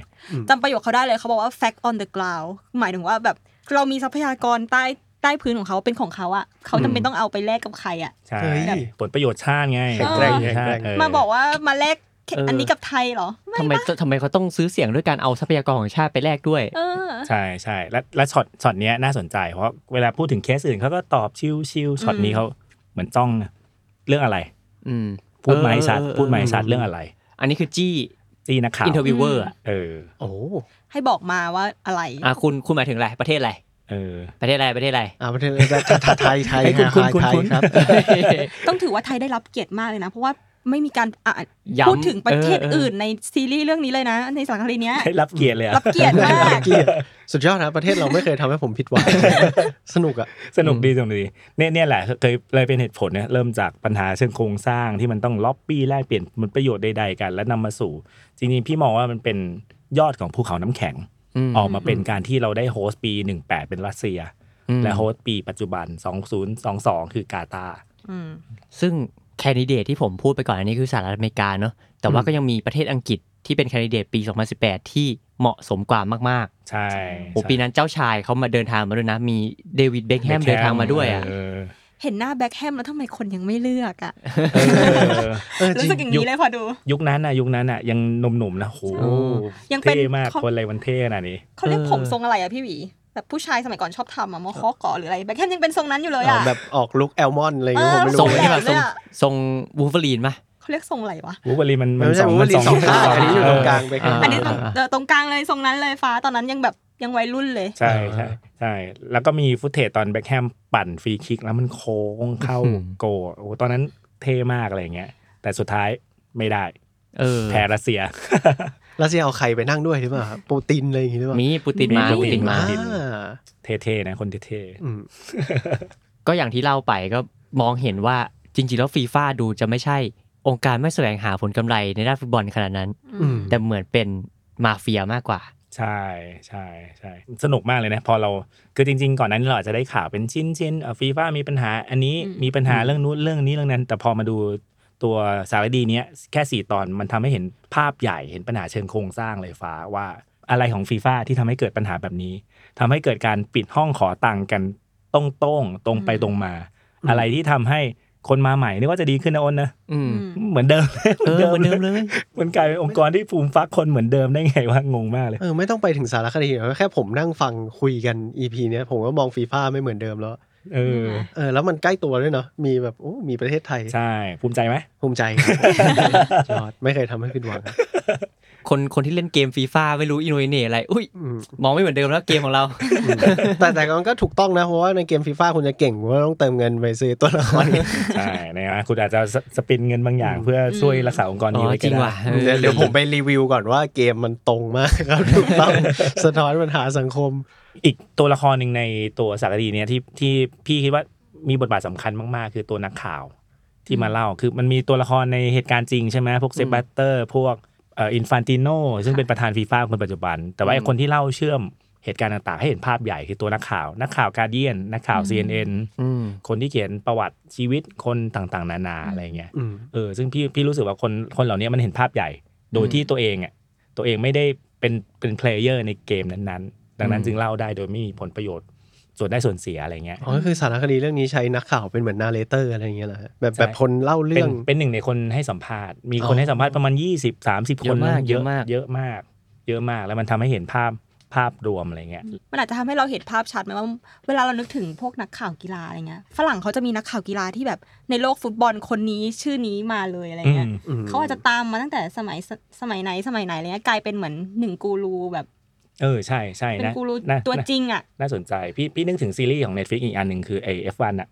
จำประโยคเขาได้เลยเขาบอกว่า fact on the ground หมายถึงว่าแบบเรามีทรัพยากรใต้ใต้พื้นของเขาเป็นของเขาอะเขาจำเป็นต้องเอาไปแลกกับใครอะ
ใช่
เฮ้ย
ผลประโยชน์ชาติไง
แข็งแกร่ง
ผลประโยชน์ชติ
แข็งแกร่ง
เ
มาบอกว่ามาแลก
เอออั
อันนี้กับไทยเหรอ ไม่
ทำไมทำไมเขาต้องซื้อเสียงด้วยการเอาทรัพยากรของชาติไปแลกด้วย
เออ
ใช่ใช่และและช็อตช็อตเนี้ยน่าสนใจ เพราะเวลาพูดถึงเคสอื่นเขาก็ตอบชิวชิวช็อตนี้เขาเหมือนจ้องนะเรื่องอะไร
อืม
พูดไมาให้ชัด
เออเออเออ
พูดไมาให้ชัดเรื่องอะไร
อันนี้คือจี้
จี้นักข่าว
อินเทอร์วิวเวอร์
อืม
เออ
โอ้
ให้บอกมาว่าอะไร
อ่ะคุณคุณหมายถึงอะไรประเทศอะไร
เออ *laughs*
ประเทศอะไรประเทศอะไร
อาประเทศไทยไทย
ให้คุณ
ฮะ
คุณคุณ
ไทย
คุณ
ครับ
ต้องถือว่าไทยได้รับเกียรติมากเลยนะ เพราะว่าไม่มีการอ่ะ
ย้ำ
พูดถึงประเทศ
เออเอออื่
อื่นในซีรีส์เรื่องนี้เลยนะ ในสังคดีเนี้ย
ให้รับเกียรติเลยอะ
รับเกียรติมาก
เกียรติสุดยอดนะประเทศเราไม่เคยทำให้ผมผิดหวัง *laughs* สนุกอ่ะ
สนุกดีสนุกดีเนี่ยเนี่ยแหละเคยเลยเป็นเหตุผลเนี่ยเริ่มจากปัญหาเชิงโครงสร้างที่มันต้องล็อบบี้แลกเปลี่ยนผลประโยชน์ใดๆกัน และนำมาสู่ จริงๆ พี่มองว่ามันเป็นยอดของภูเขาน้ำแข็ง
ม
ออกมาเป็นการที่เราได้โฮสต์ปี 18 เป็นรัสเซีย
อืม
และโฮสต์ปีปัจจุบัน 2022 คือกาตาร์
อืม
ซึ่งแคนดิเดตที่ผมพูดไปก่อนอันนี้คือสหรัฐอเมริกาเนอะแต่ว่าก็ยังมีประเทศอังกฤษที่เป็นแคนดิเดตปี 2018 ที่เหมาะสมกว่ามาก
ใช่
ๆโอ้ปีนั้นเจ้าชายเขามาเดินทางมาด้วยนะ มีเดวิดเบคแฮมเดินทางมาด้วยอ่ะ
เ
เห็นหน้าแบ็คแฮมแล้วทำไมคนยังไม่เลือกอะ
เออ
เออจ
รู้
ริง
สึกอย่างนี้เลยพอดู
ยุคนั้นน่ะยุคนั้นน่ะยังหนุ่มๆนะโห
ใช่
ยังเป็น
ท่มาก
เขา
คนอะไรมันเท่ขนาดนี้
เขาเรียก
เออ
ผมทรงอะไรอะพี่หวีแบบผู้ชายสมัยก่อนชอบทำอะมอคอกอหรืออะไรแบ็คแฮมยังเป็นทรงนั้นอยู่เลย
อ๋อ
อะ
แบบออกลุกแอลมอนอะไรอย่างเงี้ย
เอ
ผม
อ
ไม่
ทรง
รู้เลย
ที่แบบทรง
แบบเนี่ย
ทรงวูฟเวอรีนปะ
เขาเรียกทรงอะไรวะ
วูบลีมันมัน
ไม่ใช่
สอง
วูล์ฟเวอรีนสองข้างอันนี้อยู่ตรงกลางไปข้าง
อ่า
ห
อันนี้ตรง
ลัง
เออตรงกลางเลยทรงนั้นเลยฟ้าตอนนั้นยังแบบยังวัยรุ่นเลย
ใช่
อ่า
ใช่ใช่ แล้วก็มีฟุตเทจตอนแบ็คแฮมปั่นฟรีคิกแล้วมันโค้งเข้า
อื้อหือ
โกลโอ้โหตอนนั้นเท่มากอะไรอย่างเงี้ย แต่สุดท้ายไม่ได้
เออ
แพ้รัสเซีย *laughs*
รัสเซียเอาใครไปนั่งด้วยหรือเปล่าครับโปรตีนอะไรอย่างงี้หรือเปล่า
มีปูตินมา
มีปู
ปู
ติ
ติน
น
มา
มา
อ่า
เท่ๆนะคนเท่
อืม
ก็อย่างที่เล่าไปก็มองเห็นว่าจริงๆ แล้วฟีฟ่าดูจะไม่ใช่ องค์การไม่แสวงหาผลกำไรในด้านฟุตบอลขนาดนั้น
อืม
แต่เหมือนเป็นมาเฟียมากกว่า
ๆ ใช่ใช่ใช่สนุกมากเลยนะ พอเราคือจริง ๆ ก่อนหนั้านเราอาจจะได้ข่าวเป็นชิ้นชิ้นฟีฟ่ามีปัญหาอันนี้
อืม
มีปัญหาเรื่องนู้นเรื่องนี้เรื่องนั้น แต่พอมาดูตัวสารคดีเนี้ยแค่สี่ตอนมันทำให้เห็นภาพใหญ่เห็นปัญหาเชิงโครงสร้างเลยฟ้าว่าอะไรของฟีฟ่าที่ทำให้เกิดปัญหาแบบนี้ ทำให้เกิดการปิดห้องขอตังค์กันตรงๆตรงไปตรงมา อะไรที่ทำให้ คนมาใหม่นึกว่าจะดีขึ้นนะอ้นนะ
อืม
อืม
เหมือนเดิม
เออเหมือนเดิมเลย
มันกลายเป็นองค์กรที่ฟูมฟักคนเหมือนเดิมได้ไงวะงงมากเลย
เออไม่ต้องไปถึงสารคดีหรอกแค่ผมนั่งฟังคุยกัน EP เนี้ยผมก็มองฟีฟ่าไม่เหมือนเดิมแล้ว
เออ
เออแล้วมันใกล้ตัวด้วยเนาะมีแบบโอ้มีประเทศไทย
ใช่ภูมิใจไหม
ภูมิใจครับยอดไม่เคยทำให้ผิดหวังครับ
คนคนที่เล่นเกมฟีฟ่าไม่รู้อินโนเนอะไร อุ้ย
อืม
มองไม่เหมือนเดิมแล้วเกมของเรา
แต่แต่มันก็ถูกต้องนะ เพราะว่าในเกมฟีฟ่าคุณจะเก่งคุณก็ต้องเติมเงินไปซื้อตัวละคร
ใช่นะคุณอาจจะสสปินเงินบางอย่าง เพื่อช่วยรักษาองค์กรนี้ไว้
อ๋อจริง
ก็ได้
ว่ะ
เดี๋ยวเดี๋ยวผมไปรีวิวก่อนว่าเกมมันตรงมากครับถูกต้องสะท้อนปัญหาสังคม
อีกตัวละครหนึ่งในตัวสารคดีเนี้ยที่ที่พี่คิดว่ามีบทบาทสำคัญมาก ๆ คือตัวนักข่าวที่มาเล่าคือมันมีตัวละครในเหตุการณ์จริงใช่ไหมพวกเซบาสเตอร์พวกเอ่อินฟันติโนซึ่งเป็นประธานฟีฟ่าคนปัจจุบัน แต่ว่าไอ้คนที่เล่าเชื่อมเหตุการณ์ต่าง ๆ ให้เห็นภาพใหญ่คือตัวนักข่าว นักข่าวการเดียนนักข่าว CNN
อืม *laughs*
คนที่เขียนประวัติชีวิตคนต่างๆ นานาอะไรเงี้ย
อืม
เออซึ่งพี่พี่รู้สึกว่าคนคนเหล่านี้มันเห็นภาพใหญ่ โดย
อืม
ที่ตัวเองอ่ะตัวเองไม่ได้เป็นเป็นเพลเยอร์ในเกมนั้นๆ ดังนั้
อื
น
ม
จึงเล่าได้โดยไม่มีผลประโยชน์ส่วนได้ส่วนเสียอะไรเงี้ย
อ๋อก็คือสารคดีเรื่องนี้ใช้นักข่าวเป็นเหมือนนาเรเตอร์อะไรอย่างเงี้ยเหรอฮะแบบ
ใช่
แบบคนเล่า
เป็
เรื่อนง
เป็นหนึ่งในคนให้สัมภาษณ์ มี
อ๋อ
คนให้สัมภาษณ์ประมาณ 20 30 คน
เยอะมาก
น
เยอะมาก
เยอะมาก เยอะมากแล้วมันทำให้เห็นภาพภาพรวมอะไรเงี้ย
มันอาจจะทำให้เราเห็นภาพชัดไหมว่า เวลาเรานึกถึงพวกนักข่าวกีฬาอะไรเงี้ยฝรั่งเขาจะมีนักข่าวกีฬาที่แบบในโลกฟุตบอลคนนี้ชื่อนี้มาเลยอะไรเงี้ย
อืม
ม
เขาอาจจะตามมาตั้งแต่สมัยสสมัยไหนสมัยไหนอะไรเงี้ยกลายเป็นเหมือนหนึ่งกูรูแบบ
เออใช่ใช่
เป็น
นะ
กูรู
น่า
ตัว
น่า
จริงอ่ะ
น่าสนใจ พี่พี่นึกถึงซีรีส์ของ Netflix อีกอันหนึ่งคือไอเอฟวันอะ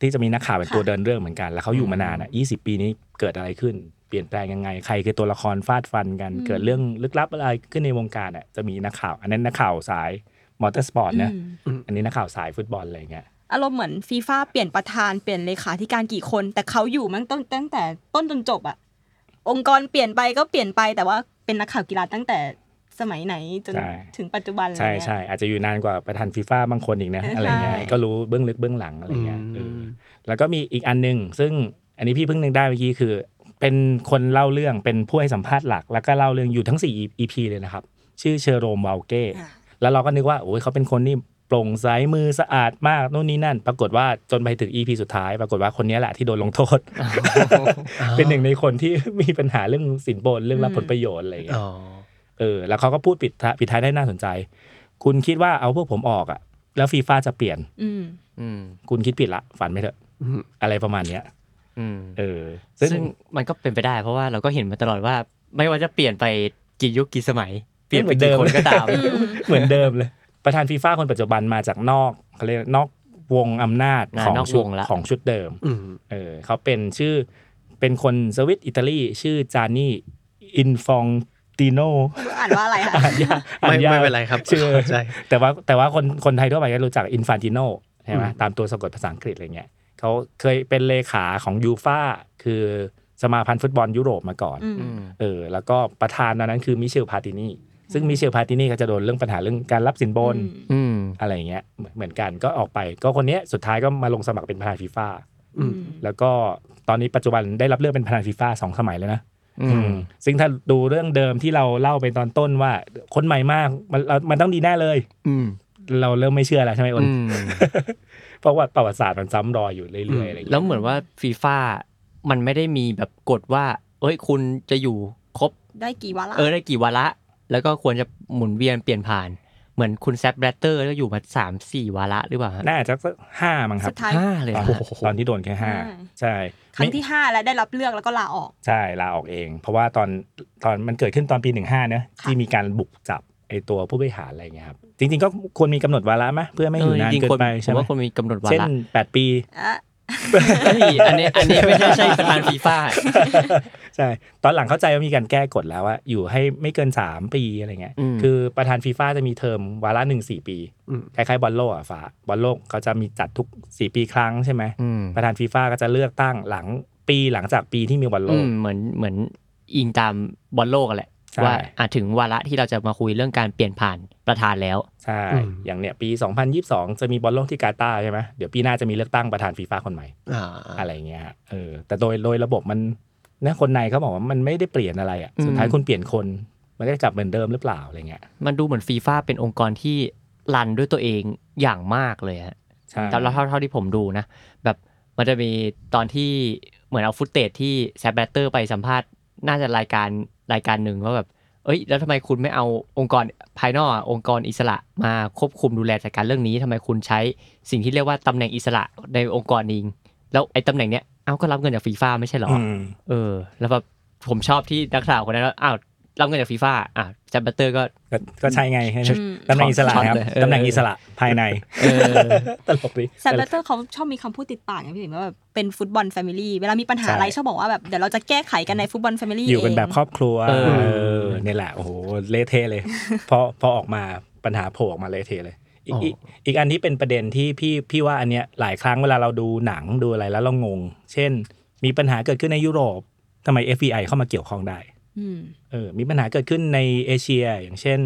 ที่จะมีนักข่าวเป็นตัว
ค่ะ
เดินเรื่องเหมือนกัน แล้วเขาอยู่มานานอะยี่สิบปีนี้เกิดอะไรขึ้น เปลี่ยนแปลงยังไง ใครคือตัวละครฟาดฟันกัน เกิดเรื่องลึกลับอะไรขึ้นในวงการอะจะมีนักข่าว อันนั้นนักข่าวสายมอเตอร์สปอร์ตนะ
อืม
อันนี้นักข่าวสายฟุตบอลอะไรอย่างเงี้ย
อารมณ์เหมือนฟีฟ่าเปลี่ยนประธานเปลี่ยนเลขาธิการกี่คน แต่เขาอยู่มั้งต้นตั้งแต่ต้นจนจบอ่ะ องค์กรเปลี่ยนไปก็เปลี่ยนไปแต่ว่าเป็นนักข่าวกีฬาตั้งแต่สมัยไหนจน
ใช่
ถึงปัจจุบันอะไร
ใช่
เงี้ย
ใช่อาจจะอยู่นานกว่าประธานฟีฟ่าบางคนอีกนะ
ใช่
อะไรเงี้ยก็รู้เบื้องลึกเบื้องหลังอะไร
อืม
เงี้ยเออ แล้วก็มีอีกอันหนึ่งซึ่งอันนี้พี่เพิ่งนึกได้เมื่อกี้คือ เป็นคนเล่าเรื่องเป็นผู้ให้สัมภาษณ์หลัก แล้วก็เล่าเรื่องอยู่ทั้ง 4 EP เลยนะครับ ชื่อเชอโรมวาลเก้
อ่ะ
แล้วเราก็นึกว่าโอ้ยเขาเป็นคนที่โปร่งใสมือสะอาดมากนู่นนี่นั่น ปรากฏว่าจนไปถึง EP สุดท้าย ปรากฏว่าคนนี้แหละที่โดนลงโทษ *laughs* เป็นหนึ่งในคนที่มีปัญหาเรื่องสินบนเรื่องรับผลประโยชน์อะไรอย่างเงี้ย
อ๋อ
เออแล้วเขาก็พูดปิดท้ายปิดท้ายได้น่าสนใจ คุณคิดว่าเอาพวกผมออกอะ่ะ แล้วฟีฟ่าจะเปลี่ยน
อืม
อืม
คุณคิดผิดละฝันไม่เถอะ
อืม
อะไรประมาณเนี้ย
อืม
เออ ซึ่ง
ซึ่งมันก็เป็นไปได้ เพราะว่าเราก็เห็นมาตลอดว่า ไม่ว่าจะเปลี่ยนไปกี่ยุคกี่สมัย เปลี่ยนไปกี่คนก็
*laughs*
ตาม
เหมือนเดิมเลย ประธานฟีฟ่าคนปัจจุบันมาจากนอกเขาเรียกนอกวงอำนาจ
อ่า
ของ
นอก
ชุด
วงละ
ของชุดเดิม
อืม
เออเขาเป็นชื่อเป็นคนสวิตอิตาลีชื่อจานี่อินฟองติโน
อ่านว่าอะไร
*laughs*
คะ
อ่านยากอ่า
ไม่
ยาก
ไม่เป็นไรครับ
เชื่อ
ข้าใจ
แต่ว่าแต่ว่าคนคนไทยทั่วไปก็รู้จักอินฟานติโนใช่ไหม
อืม
ตามตัวสะกดภาษาอังกฤษอะไรเงี้ยเขาเคยเป็นเลขาของยูฟาคือสมาพันธ์ฟุตบอลยุโรปมาก่อน
อืม
อืม
เออแล้วก็ประธานตอนนั้นคือมิเชลพาตินีซึ่งมิเชลพาตินีก็จะโดนเรื่องปัญหาเรื่องการรับสินบน
อืม
อืม
อะไรเงี้ยเหมือนเหมือนกันก็ออกไป ก็คนเนี้ยสุดท้ายก็มาลงสมัครเป็นประธานฟีฟ่า
อืม
แล้วก็ตอนนี้ปัจจุบันได้รับเลือกเป็นประธานฟีฟ่าสองสมัยแล้วนะ
อืม
ซึ่งถ้าดูเรื่องเดิมที่เราเล่าไปตอนต้นว่าคนใหม่มากมันเรามันต้องดีแน่เลย
อืม
เราเริ่มไม่เชื่อแล้วใช่ไหมอ้น
อืม
เพราะว่าประวัติศาสตร์มันซ้ำรอยอยู่
อื
เรื่
ม
อยๆอะไรอย่าง
แล้
เงี้ยว
เหมือนว่าฟีฟ่ามันไม่ได้มีแบบกฎว่า เอ้ยคุณจะอยู่ครบ
ได้กี่วาระ
เออได้กี่วาระแล้วก็ควรจะหมุนเวียนเปลี่ยนผ่าน เหมือนคุณแซปแบตเตอร์ก็อยู่มาสามสี่วาระหรือเปล่าฮะ
น่าจะสักห้ามั้งครั
สุ
บ
ดท้าย
ห้าเลย
ตอน
นะฮะ
ตอนที่โดนแค่ห้า
ใช่
ใช่
ครั้งที่ห้าแล้วได้รับเลือกแล้วก็ลาออก
ใช่ลาออกเอง เพราะว่าตอนตอนมันเกิดขึ้นตอนปีหนึ่งห้าเนอะ
ค่ะ
ที่มีการบุกจับไอตัวผู้บริหารอะไรอย่างเงี้ยครับจริงๆก็ควรมีกำหนดวาระไหมเพื่อไม่อยู่นาน
จริง
เกิ
ๆคน
นไป
ผม
ใช่ไหม
ว่าคนมีกำหนดวา
เช่น
ระ
แปดปี
อ่ะ
เฮ้ยอันนี้อันนี้ไม่ใช่ใช่ประธานฟีฟ่า
ใช่ตอนหลังเข้าใจว่ามีการแก้กฎแล้วว่าอยู่ให้ไม่เกิน 3 ปีอะไรเงี้ย
อืม
คือประธานฟีฟ่าจะมีเทอมวาระหนึ่งสี่ปี
อืม
คล้ายๆบอลโลกอะฝาบอลโลกเขาจะมีจัดทุก 4 ปีครั้งใช่ไหม
อืม
ประธานฟีฟ่าก็จะเลือกตั้งหลังปีหลังจากปีที่มีบอลโล
อื
ก
มเหมือนเหมือนอิงตามบอลโลกอะแหละ
ใช่
ว่าอาถึงวาระที่เราจะมาคุยเรื่องการเปลี่ยนผ่านประธานแล้ว
ใช่
อืม
อย่างเนี้ยปี 2022 จะมีบอลโลกที่กาตาร์ใช่ไหมเดี๋ยวปีหน้าจะมีเลือกตั้งประธานฟีฟ่าคนใหม่
อ่า
อะไรเงี้ยฮะเออ แต่โดยโดยระบบมันนะคนในเขาบอกว่ามันไม่ได้เปลี่ยนอะไรอ่ะ สุดท้าย
อืม
คุณเปลี่ยนคน มันก็จะกลับเหมือนเดิมหรือเปล่าอะไรเงี้ย
มันดูเหมือนฟีฟ่าเป็นองค์กรที่รันด้วยตัวเองอย่างมากเลยฮะ
ใช่
แต่เราเท่าเท่าที่ผมดูนะ แบบเ มันจะมีตอนที่เหมือนเอาฟุตเตจที่แซบแบตเตอร์ไปสัมภาษณ์น่าจะรายการรายการหนึ่งว่าแบบ เอ้ย แล้วทำไมคุณไม่เอาองค์กรภายนอกอะองค์กรอิสระมาควบคุมดูแลจัดการเรื่องนี้ทำไมคุณใช้สิ่งที่เรียกว่าตำแหน่งอิสระในองค์กรเองแล้วไอ้ตำแหน่งเนี้ยเอาก็รับเงินจากฟีฟ่าไม่ใช่เหรอ
ม
เออ แล้วแบบผมชอบที่นักข่าวคนนั้นว่าอ้าวรับเงินจากฟีฟ่าอ่ะแซบแบตเตอร์ก็
ก็ก็ใช่ไงใช่ไหม
อืม
ตำแหน่งอิสระนะครั
ช็อต
บ
เลยเออ
ตำแหน่งอิสระภายใน
เอ *laughs* อ
ตลกดี
แซมเบเตอร์เขาชอบมีคำพูดติดปากไงพี่หมิงว่าแบบเป็นฟุตบอลแฟมิลี่เวลามีปัญหาอะไร
ใช่
ชอบบอกว่าแบบเดี๋ยวเราจะแก้ไขกันในฟุตบอลแฟมิลี่
อยู่เป็นแบบครอบครัว
เออ
เออเนี่ยแหละโอ้โหเละเทะเลย *laughs* พอพอออกมาปัญหาโผล่ออกมาเละเทะเลย อีกอีกอีกอันที่เป็นประเด็นที่พี่พี่ว่าอันเนี้ยหลายครั้งเวลาเราดูหนังดูอะไรแล้วเรางง เช่น มีปัญหาเกิดขึ้นในยุโรปทำไม FBI เข้ามาเกี่ยวข้องได้
อืม
เออ มีปัญหาเกิดขึ้นในเอเชีย อย่างเช่น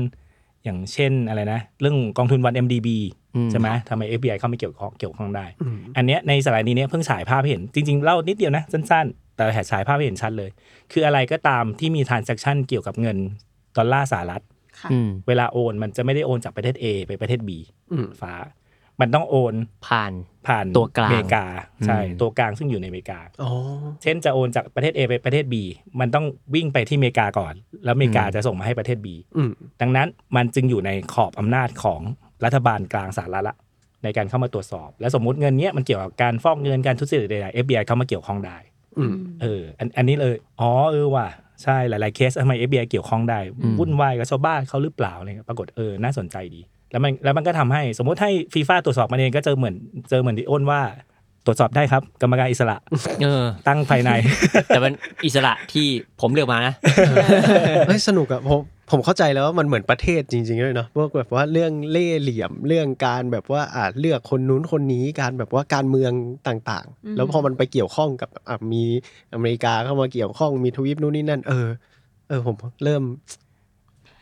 อย่างเช่นอะไรนะ เรื่องกองทุนวัน MDB
อืม
ใช่ไหมทำไม FBI เข้าไม่เกี่ยวข้องเกี่ยวข้องได้
อืม
อันเนี้ยในสไลด์นี้เนี่ยเพิ่งฉายภาพให้เห็น จริง ๆ เล่านิดเดียวนะ สั้น ๆ แต่แหฉายภาพให้เห็นชัดเลย คืออะไรก็ตามที่มีทราน a c t ชันเกี่ยวกับเงินดอลลาร์สหรัฐ
ค่ะ
อืม
เวลาโอนมันจะไม่ได้โอนจากประเทศ A ไปประเทศ B
อืม
ฟ้า มันต้องโอน
ผ่าน
ผ่าน
ตัวกลาง
อเมริกาใช่
อืม
ตัวกลางซึ่งอยู่ในอเมริกา
อ๋อ
เช่นจะโอนจากประเทศ A ไปประเทศ B มันต้องวิ่งไปที่อเมริกาก่อน แล้วอเมริกาจะส่งมาให้ประเทศ B
อืม
ดังนั้นมันจึงอยู่ในขอบอำนาจของรัฐบาลกลางสหรัฐละในการเข้ามาตรวจสอบ และสมมุติเงินเนี้ยมันเกี่ยวกับการฟอกเงินการทุจริตใดๆ FBI เข้ามาเกี่ยวข้องได้
อืม
เอออันอันนี้เลย อ๋อเออว่ะใช่หลายๆเคสทำไม FBI เกี่ยวข้องได้
อืม
วุ่นวายกับชาวบ้านเขาหรือเปล่าอะไรเงี้ยปรากฏเออน่าสนใจดี แล้วมันแล้วมันก็ทำให้สมมติให้ฟีฟ่าตรวจสอบมันเองก็เจอเหมือนเจอเหมือนดิโอนว่าตรวจสอบได้ครับกรรมการอิสระ
เออ
ตั้งภายใน *laughs*
แต่มันอิสระที่ผมเลือกมานะ
เอ้ยสนุกอะผมผมเข้าใจแล้วว่ามันเหมือนประเทศจริงๆด้วยเนาะพวกแบบว่าเรื่องเล่ห์เหลี่ยมเรื่องการแบบว่าอ่าเลือกคนนู้นคนนี้การแบบว่าการเมืองต่าง
อืม
ๆ แล้วพอมันไปเกี่ยวข้องกับอ่ะมีอเมริกาเข้ามาเกี่ยวข้องมีทวีปนู้นนี่นั่น เออ เออผมเริ่ม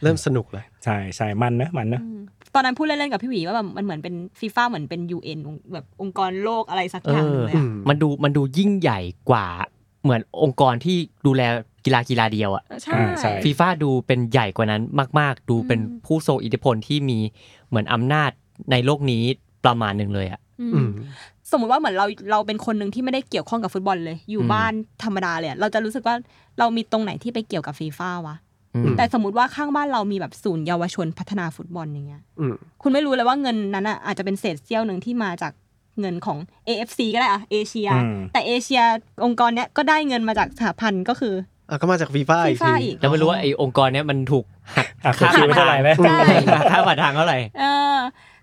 เริ่มสนุกแล้ว
ใช่ใช่มันนะมันนะ
อืมตอนนั้นพูดเล่นๆกับพี่หวีว่าแบบมันเหมือนเป็นฟีฟ่าเหมือนเป็น UN แบบองค์กรโลกอะไรสักอย่างหนึ่งเลย
อื
อะ
ม
มันดูมันดูยิ่งใหญ่กว่าเหมือนองค์กรที่ดูแลกีฬากีฬาเดียวอะ
ใช่
อ่าใช่
ฟีฟ่าดูเป็นใหญ่กว่านั้นมาก ๆ ดูเป็น
อืม
ผู้ทรงอิทธิพลที่มีเหมือนอำนาจในโลกนี้ประมาณหนึ่งเลยอะ
อืม
อืม
สมมุติว่าเหมือนเราเราเป็นคนหนึ่งที่ไม่ได้เกี่ยวข้องกับฟุตบอลเลย อยู่
อืม
บ้านธรรมดาเลยอะเราจะรู้สึกว่าเรามีตรงไหนที่ไปเกี่ยวกับฟีฟ่าวะ
อืม
แต่สมมติว่าข้างบ้านเรามีแบบศูนย์เยาวชนพัฒนาฟุตบอลอย่างเงี้ย
อืม
คุณไม่รู้เลยว่าเงินนั้นอ่ะอาจจะเป็นเศษเสี้ยวหนึ่งที่มาจากเงินของ AFC ก็ได้อะเอเชีย
อืม
แต่เอเชียองค์กรเนี้ยก็ได้เงินมาจากสหพันธ์ก็คือ
อ่ะก็มาจากฟีฟ่าอีกที
FIFA อีก
แล้วไม่รู้ว่าไอ้องค์กรเนี้ยมันถูกหัก
อ่ะคุณคิดว่าเท่าไหร่ไหม
ใช่
ค่าผ่านทางเท่าไหร่
เออ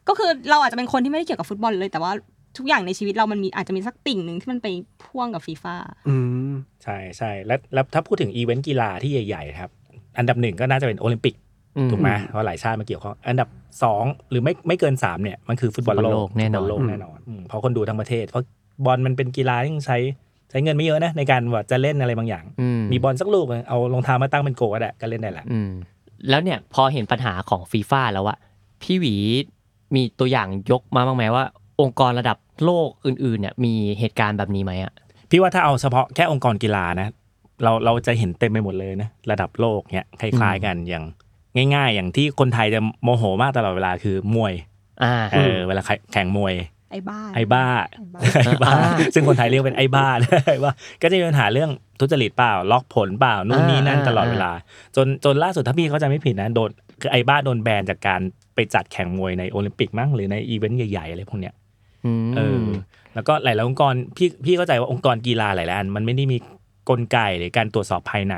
ก็คือเราอาจจะเป็นคนที่ไม่ได้เกี่ยวกับฟุตบอลเลย แต่ว่าทุกอย่างในชีวิตเรามันมีอาจจะมีสักติ่งหนึ่งที่มันไปพ่วงกับฟีฟ่า
อืม
ใช่ใช่แล้วแล้วถ้าพูดถึงอีเวนต์กีฬาที่ใหญ่ๆครับ อันดับหนึ่งก็น่าจะเป็นโอลิมปิก
อืม
ถูกไหมเพราะหลายชาติมาเกี่ยวข้องอันดับ 2 หรือไม่ไม่เกิน 3 เนี่ย มันคือฟุตบอล
ฟุต
โล
บอลโล
ก
กแน่นอน
ฟุตบอลโลกแน่นอนอืมเพราะคนดูทั้งประเทศ เพราะบอลมันเป็นกีฬาที่ต้องใช้ใช้เงินไม่เยอะนะ ในการว่าจะเล่นอะไรบางอย่าง
อืม
มีบอลสักลูกเอารองเท้ามาตั้งเป็นโกก็ได้ก็เล่นได้แหละ
อืมแล้วเนี่ยพอเห็นปัญหาของฟีฟ่าแล้วอะพี่หวีมีตัวอย่างยกมาบ้างไหมว่า องค์กรระดับโลกอื่นๆเนี่ยมีเหตุการณ์แบบนี้ไหมอะ
พี่ว่าถ้าเอาเฉพาะแค่องค์กรกีฬานะ เราเราจะเห็นเต็มไปหมดเลยนะ ระดับโลกเนี่ยคล้ายๆกันอย่างง่าย ๆ อย่างที่คนไทยจะโมโหมากตลอดเวลาคือมวย
อ่า
เออเวลาแข่งมวย
ไอ้บ้า
ไอ้บ้า ไอ้บ้า
อ่า
ซึ่งคนไทยเรียกเป็นไอ้บ้า *laughs* ไอ้บ้าก็จะมีปัญหาเรื่องทุจริตเปล่า ล็อกผลเปล่า นู่นนี่นั่น
อ่า
ตลอดเวลา จนจนล่าสุดถ้าพี่เข้าใจไม่ผิดนะ โดนคือไอ้บ้าโดนแบนจากการไปจัดแข่งมวยในโอลิมปิกมั้งหรือในอีเวนต์ใหญ่ๆอะไรพวกเนี้ย
อืม
เออ แล้วก็หลายๆองค์กรพี่พี่เข้าใจว่าองค์กรกีฬาหลายๆอันมันไม่ได้มีกลไกหรือการตรวจสอบภายใน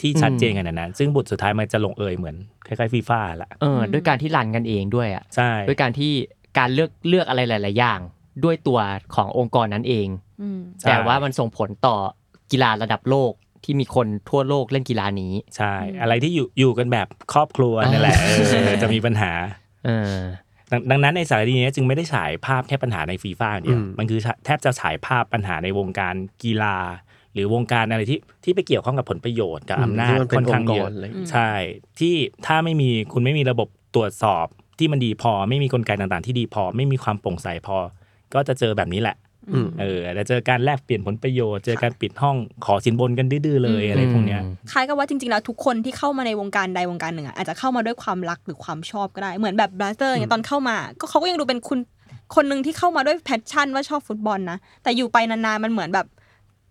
ที่ชัดเจนขนาดนั้น ซึ่งบทสุดท้ายมันจะลงเอยเหมือนคล้ายๆฟีฟ่าละ
เออ
ม
ด้วยการที่รันกันเองด้วยอ่ะ
ใช่
ด้วยการที่การเลือกเลือกอะไรหลาย ๆ อย่าง ด้วยตัวขององค์กรนั้นเอง
อืม
ใช่
แต่ว่ามันส่งผลต่อกีฬาระดับโลกที่มีคนทั่วโลกเล่นกีฬานี้
ใช่ อะไรที่อยู่อยู่กันแบบครอบครัวนั่นแหละเออจะมีปัญหา
เออ
ดังดังนั้นในสารคดีนี้จึงไม่ได้ฉายภาพแค่ปัญหาในฟีฟ่าอย่างเดียว
อืม
มันคือแทบจะฉายภาพปัญหาในวงการกีฬา หรือวงการอะไรที่ที่ไปเกี่ยวข้องกับผลประโยชน์กับอำนาจ
ที่มัเป็
ค่อนข้าง
ค์ก
เย
ร
อะ
อะไรอย่าง
อื
เงี้ย
ม
ใช่ที่ถ้าไม่มีคุณไม่มีระบบตรวจสอบที่มันดีพอไม่มีกลไกต่างๆ ที่ดีพอไม่มีความโปร่งใสพอ ก็จะเจอแบบนี้แหละ
อืม
เอออาจจะเจอการแลกเปลี่ยนผลประโยชน์เจอการปิดห้องขอสินบนกันดื้อๆเลย
อืม
อะไรพวกเนี้ย
คล้ายกับว่าจริงๆแล้วทุกคนที่เข้ามาในวงการใดวงการหนึ่งอ่ะอาจจะเข้ามาด้วยความรักหรือความชอบก็ได้ เหมือนแบบบราเซอร์อย่างเงี้ยตอนเข้ามา ก็เขาก็ยังดูเป็นคุณ คนหนึ่งที่เข้ามาด้วยแพชชั่นว่าชอบฟุตบอลนะแต่อยู่ไปนานๆมันเหมือนแบบ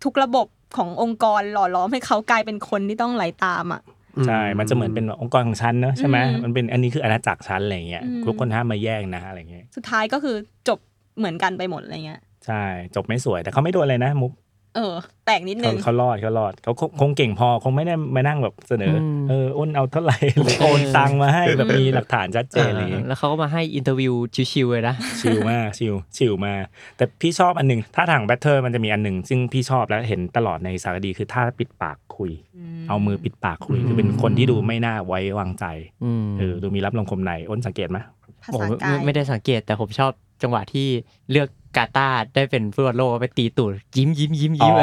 ทุกระบบขององค์กรหล่อล้อมให้เขากลายเป็นคนที่ต้องไหลตามอ่ะ
ใช่ มันจะเหมือนเป็นแบบองค์กรของฉันเนอะใช่ไหม
อืม
มันเป็นอันนี้คืออาณาจักรฉันอะไรอย่างเงี้ย
อืม
ทุกคนห้ามมาแย่งนะอะไรเงี้ย
สุดท้ายก็คือจบเหมือนกันไปหมดอะไรเงี้ย
ใช่ จบไม่สวย แต่เขาไม่โดนอะไรนะมุก
เออแปลกนิดนึ
เขา
ง
เขารอดเขารอดเขาคงคงเก่งพอคงไม่ได้มานั่งแบบเสนออ
ม
เออโอนเอาเท่าไหร่หรือ
เออ
โอนตังค์มาให้แบบมีหลักฐานชัดเจนอะไรเงี้ย
แล้วเขาก็มาให้อินเตอร์วิวชิวๆเลยนะ
ชิลมากชิลชิลมากแต่พี่ชอบอันหนึ่งท่าทางแบทเทอร์มันจะมีอันหนึ่งซึ่งพี่ชอบและเห็นตลอดในสารคดีคือท่าปิดปากคุย เอามือปิดปากคุยคือเป็นคนที่ดูไม่น่าไว้วางใจ
อืม
เออดูมีรับลมคมในอ้นสังเกตไหม
ภา
ผม
ษา
ไม่
กาย
ไม่ได้สังเกตแต่ผมชอบจังหวะที่เลือกกาตาร์ได้เป็นฟุตบอลโลกไปตีตูดยิ้มยิ้มยิ้มยิ้ม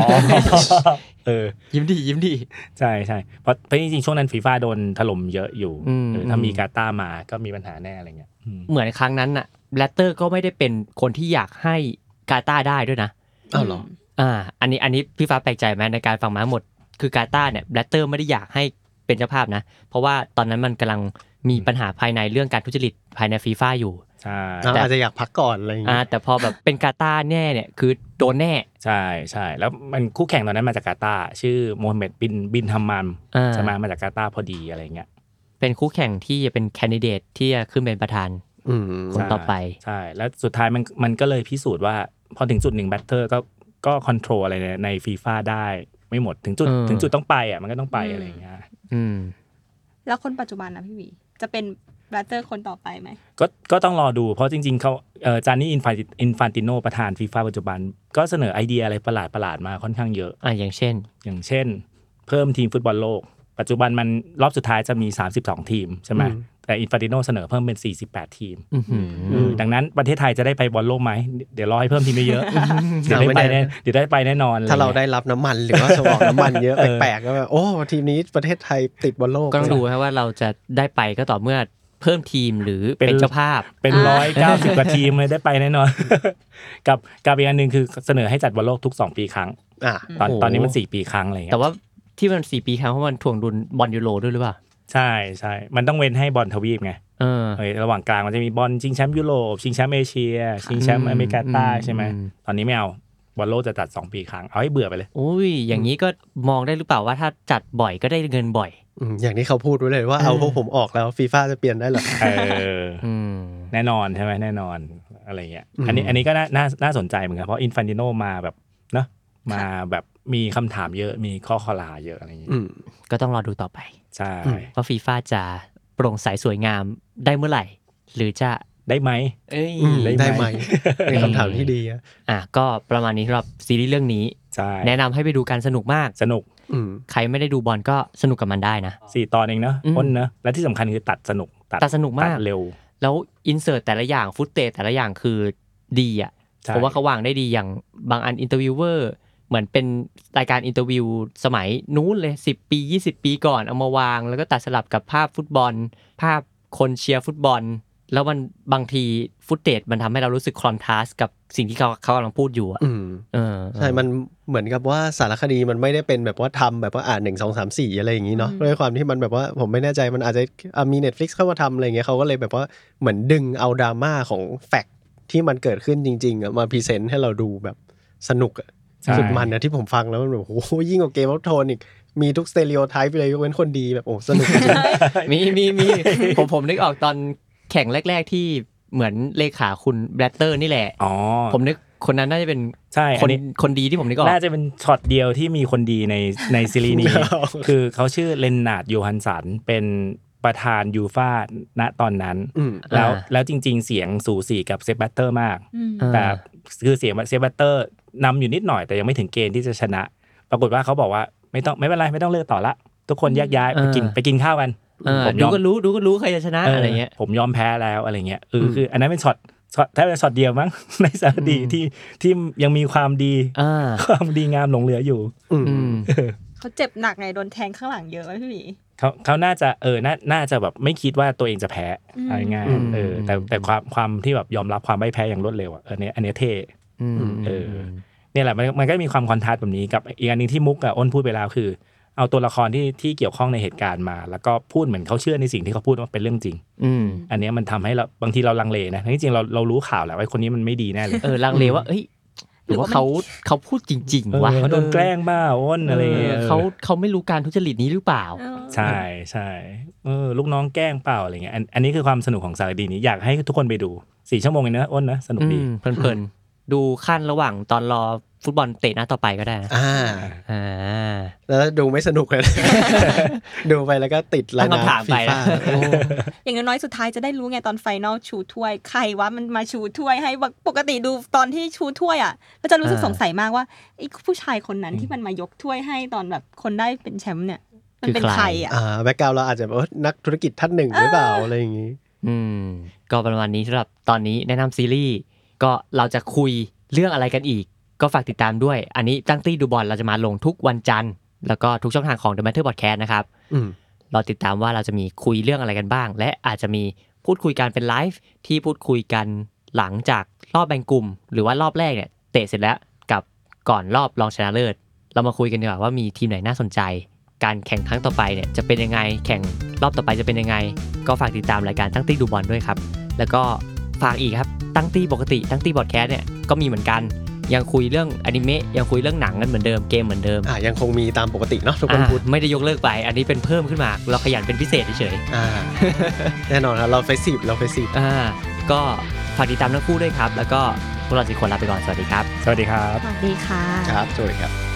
เออ
ยิ้มดียิ้มดี
ใช่ใช่เพราะเพราะจริงๆช่วงนั้นฟีฟ่าโดนถล่มเยอะอยู่
อืม
เออถ้ามีกาตาร์มาก็มีปัญหาแน่อะไรเงี้ยอืม
เหมือนครั้งนั้นน่ะแบลตเตอร์ก็ไม่ได้เป็นคนที่อยากให้กาตาร์ได้ด้วยนะ
อ้าวเหรอ
อ่า อันนี้อันนี้พี่ฟ้าแปลกใจไหมในการฟังมาหมด คือกาตาร์เนี่ยแบลตเตอร์ไม่ได้อยากให้เป็นเจ้าภาพนะ เพราะว่าตอนนั้นมันกำลังมีปัญหาภายในเรื่องการทุจริตภายในฟีฟ่าอยู่
ใช่
อ่ะอาจจะอยากพักก่อนอะไรอย่าง
อ่า
เงี้ย
แต่พอแบบเป็นกาตาร์แน่เนี่ยคือโดนแน่
ใช่ใช่แล้วมันคู่แข่งตอนนั้นมาจากกาตาร์ชื่อโมฮัมเหม็ดบินบินฮัมมัม
อ่า
ใช่ไหมมาจากกาตาร์พอดีอะไรเงี้ย
เป็นคู่แข่งที่จะเป็นแคนดิเดตที่จะขึ้นเป็นประธาน
อืม
คนต่อไป
ใช่แล้วสุดท้ายมันมันก็เลยพิสูจน์ว่าพอถึงจุดหนึ่งแบตเตอร์ก็ก็คอนโทรลอะไรในในฟีฟ่าได้ไม่หมดถึงจุด
เออ
ถึงจุดต้องไปอ่ะมันก็ต้องไปอะไรเงี้ย
อืม
แล้วคนปัจจุบันนะพี่หวีจะเป็นบราเตอร์คนต่อไปไหม
ก็ก็ต้องรอดูเพราะจริง ๆเขาเอ่อจานนี่อินฟานอินฟานติโนประธานฟีฟ่าปัจจุบัน ก็เสนอไอเดียอะไรประหลาดประหลาดๆมาค่อนข้างเยอะ
อ่าอย่างเช่น
อย่างเช่น เพิ่มทีมฟุตบอลโลก ปัจจุบันมันรอบสุดท้ายจะมี 32 ทีมใช่ไหมแต่อินฟานติโนเสนอเพิ่มเป็น 48 ทีม
อือหืออ
ม
ดังนั้นประเทศไทยจะได้ไปบอลโลกไหมเดี๋ยวรอให้เพิ่มทีมเยอะๆเดี๋ยวได้ไปแน่เดี๋ยวได้ไปแน่นอน
ถ้าเรา
อะ
ได้
งี้ย
รับน้ำมันหรือว่าสมองน้ำมันเยอะ
เออ
แปลกๆก็แบบโอ้ทีมนี้ประเทศไทยติดบอลโลก
ก็ต้องดูนะว่าเราจะได้ไปก็ต่อเมื่อเพิ่มทีมหรือเป็นเจ้าภาพ
เป็นร้อยเก้าสิบกว่าทีมเลยได้ไปแน่น *laughs* อน กับกับอีกอันหนึ่งคือเสนอให้จัดบอลโลกทุกสองปีครั้ง
อ่ะ
ตอน
โอ้โห
ตอนนี้มันสี่ปีครั้งอะไรเงี้ย
แต่ว่าที่มันสี่ปีครั้งเพราะมันถ่วงดุลบอลยูโรด้วยหรือเปล่า
ใช่ใช่มันต้องเว้นให้บอลทวีปไง
เออ
เอ้ยระหว่างกลางมันจะมีบอลชิงแชมป์ยุโรป ชิงแชมป์เอเชีย ชิงแชมป์อเมริกาใต้ใช่ไหม
อืม
ตอนนี้ไม่เอา บอลโลกจะจัด 2 ปีครั้ง เอาให้เบื่อไปเลย
อุ้ย อย่างนี้ก็มองได้หรือเปล่าว่าถ้าจัดบ่อยก็ได้เงินบ่อย
อืมอย่างที่เขาพูดไว้เลยว่าเอาพวกผมออกแล้วฟีฟ่าจะเปลี่ยนได้เหรอ
เออ
อืม
แน่นอนใช่ไหมแน่นอนอะไรเงี้ย
อืม
อันนี้อันนี้ก็น่าน่าน่าสนใจเหมือนกัน เพราะอินฟันติโนมาแบบเนาะมาแบบมีคำถามเยอะมีข้อคอลาเยอะอะไรอย่างเงี้ย
อืม
ก็ต้องรอดูต่อไป
ใช่
อืม
ว่าฟีฟ่าจะโปร่งใสสวยงามได้เมื่อไหร่ หรือจะ
ได้ไหม
เอ้ย
อืม
ได้ไหม
ได้ไหมเป็นคำถามที่ดีอะ
อ่ะ ก็ประมาณนี้สำหรับซีรีส์เรื่องนี้
ใช่
แนะนำให้ไปดูกันสนุกมาก
สนุก
อืม
ใครไม่ได้ดูบอลก็สนุกกับมันได้นะ
สี่ตอนเองเนาะ
อืม
อ้นเนาะและที่สำคัญคือตัดสนุก
ตัดสนุกมาก
ตัดเร็ว
แล้วอินเสิร์ตแต่ละอย่างฟุตเตจแต่ละอย่างคือดีอ่ะ
ใช่
ผมว่าเขาวางได้ดีอย่างบางอันอินเตอร์วิวเวอร์เหมือนเป็นรายการอินเตอร์วิวสมัยนู้นเลย 10 ปี 20 ปีก่อนเอามาวาง แล้วก็ตัดสลับกับภาพฟุตบอล ภาพคนเชียร์ฟุตบอล แล้วมันบางทีฟุตเตจมันทำให้เรารู้สึกคอนทราสต์กับสิ่งที่เขาเขากำลังพูดอยู่อ่ะ
อืม
เออ
ใช่ มันเหมือนกับว่าสารคดีมันไม่ได้เป็นแบบว่าทำแบบว่าอ่านหนึ่งสองสามสี่อะไรอย่างนี้เนาะ
อืม
ด้วยความที่มันแบบว่าผมไม่แน่ใจมันอาจจะอ่ะมี Netflix เข้ามาทำอะไรอย่างเงี้ยเขาก็เลยแบบว่าเหมือนดึงเอาดราม่าของแฟกต์ที่มันเกิดขึ้นจริงๆอ่ะมาพรีเซนต์ให้เราดูแบบสนุกอ่ะ
ใช่
สุดมันนะที่ผมฟังแล้วมันแบบโอ้โหยิ่งกว่าเกมออฟโทนอีก มีทุกสเต r ร o โอไทป์เลยยกเว้นคนดีแบบโอ้สนุกจริง
มีมีมี *laughs* ผมผมนึกออกตอนแข่งแรก ๆ ที่เหมือนเลขาคุณแบลตเตอร์นี่แหละ
อ๋อ
ผมนึกคนนั้นน่าจะเป็น
ใช่
ค
อัน
น
นี้
คนดีที่ผมนึกออก
น่าจะเป็นช็อตเดียวที่มีคนดีในในซีรีส์นี้ คือเขาชื่อเลนนาร์ดโยฮันสัน เป็นประธานยูฟ่าณตอนนั้น
อืม
แล้ว
อ่า
แล้วจริง ๆ เสียงสูสีกับเซบัตเตอร์มาก
อืม
อ่า
แต่คือเสียงเซบัตเตอร์นำอยู่นิดหน่อยแต่ยังไม่ถึงเกณฑ์ที่จะชนะ ปรากฏว่าเขาบอกว่าไม่ต้องไม่เป็นไรไม่ต้องเลือกต่อละ ทุกคนแยกย้ายไปกิน
อ่า
ไปกินข้าวกัน
เออ
ผมย
ดู
อม
ก็รู้ดูก็รู้ใครจะชนะอะไรเงี้ย
ผมยอมแพ้แล้วอะไรเงี้ยเอออ
ม
คืออันนั้นเป็นช็อตช็อตแทบจะช็อตเดียวมั้ง *laughs* ในสารคดี
อืม
ที่ที่ยังมีความดี
อ่า
ความดีงามหลงเหลืออยู่
อืม
อืม
เขาเจ็บหนักไงโดนแทงข้างหลังเยอะไหมพี่หวี
เขาเขาน่าจะเออน่าน่าจะแบบไม่คิดว่าตัวเองจะแพ้
อืม
เอาง่ายๆ
อืม
เออ แต่แต่ความความที่แบบยอมรับความไม่แพ้อย่างรวดเร็วอ่ะเออเนี่ยอันเนี้ยเท่
อืม
เออ เนี่ยแหละมันมันก็มีความคอนทราสต์แบบนี้กับอีกอันหนึงที่มุกกับอ้นพูดไปแล้วคือ เอาตัวละครที่ที่เกี่ยวข้องในเหตุการณ์มา แล้วก็พูดเหมือนเขาเชื่อในสิ่งที่เขาพูดว่าเป็นเรื่องจริง
อืม
อันเนี้ยมันทำให้เราบางทีเราลังเลนะทั้งที่จริงเราเรารู้ข่าวแหละว่าไอ้คนนี้มันไม่ดีแน่เลย
เออลังเลว่า เอ้ยหรือว่าเขาเขาพูดจริง
เอ
*laughs*
อ
ๆวะ
เขาโดนแกล้งบ้าอ้นอะไร
เอ
เงี้
อย เขาเขาไม่รู้การทุจริตนี้หรือเปล่า
เออ
ใช่ใช่เออลูกน้องแกล้งเปล่าอะไรเงี้ยอันอันนี้คือความสนุกของสารคดีนี้อยากให้ทุกคนไปดูสี่ชั่วโมงเองนะอ้นนะสนุก
อื
ดี
มเพลินๆ ดูขั้นระหว่างตอนรอฟุตบอลเตะนัดต่อไปก็ได้นะ
อ่า
อ่า
แล้วดูไม่สนุกเลย ดูไปแล้วก็ติด
ตั้
ระ
ง
นาบ
คำถาม
ฟี
ไป
ฟ่า
นะโอ้
อย่างน้อยๆสุดท้ายจะได้รู้ไงตอนไฟนอลชูถ้วย ใครวะมันมาชูถ้วยให้แบบปกติดูตอนที่ชูถ้วยอ่ะเราจะรู้สึกสงสัยมากว่าไอ้ผู้ชายคนนั้นที่มันมายกถ้วยให้ตอนแบบคนได้เป็นแชมป์เนี่ย มันเป็นใครอ่ะ
อ่าแบ็กกราวเราอาจจะแบบว่านักธุรกิจท่านหนึ่งหรือเปล่าอะไรอย่างนี้
อืม ก็ประมาณนี้สำหรับตอนนี้แนะนำซีรีส์ ก็เราจะคุยเรื่องอะไรกันอีก ก็ฝากติดตามด้วย อันนี้ตั้งตี้ดูบอลเราจะมาลงทุกวันจันทร์ แล้วก็ทุกช่องทางของ The Matter Podcast นะครับ
อืม
รอติดตามว่าเราจะมีคุยเรื่องอะไรกันบ้าง และอาจจะมีพูดคุยกันเป็นไลฟ์ที่พูดคุยกันหลังจากรอบแบ่งกลุ่ม หรือว่ารอบแรกเนี่ย เตะเสร็จแล้วกับก่อนรอบรองชนะเลิศ เรามาคุยกันดีกว่าว่ามีทีมไหนน่าสนใจ การแข่งครั้งต่อไปเนี่ยจะเป็นยังไง แข่งรอบต่อไปจะเป็นยังไง ก็ฝากติดตามรายการตั้งตี้ดูบอลด้วยครับ แล้วก็ฝากอีกครับตั้งตี้ปกติตั้งตี้บอดแคสต์เนี่ยก็มีเหมือนกัน ยังคุยเรื่องอนิเมะยังคุยเรื่องหนังกันเหมือนเดิมเกมเหมือนเดิม
อ่ายังคงมีตามปกติเนาะทุกวันพุธ
อ่ะไม่ได้ยกเลิกไป อันนี้เป็นเพิ่มขึ้นมา เราขยันเป็นพิเศษเฉย
อ่า แน่นอนครับเราเฟสิบเราเฟสิบ
ๆอ่าก็ฝากติดตามทั้งคู่ด้วยครับ แล้วก็พวกเราสิคนลาไปก่อน สวัสดีครับ
สวัสดีครับ
สวัสดีค่ะ
ครับสวัสดีครับ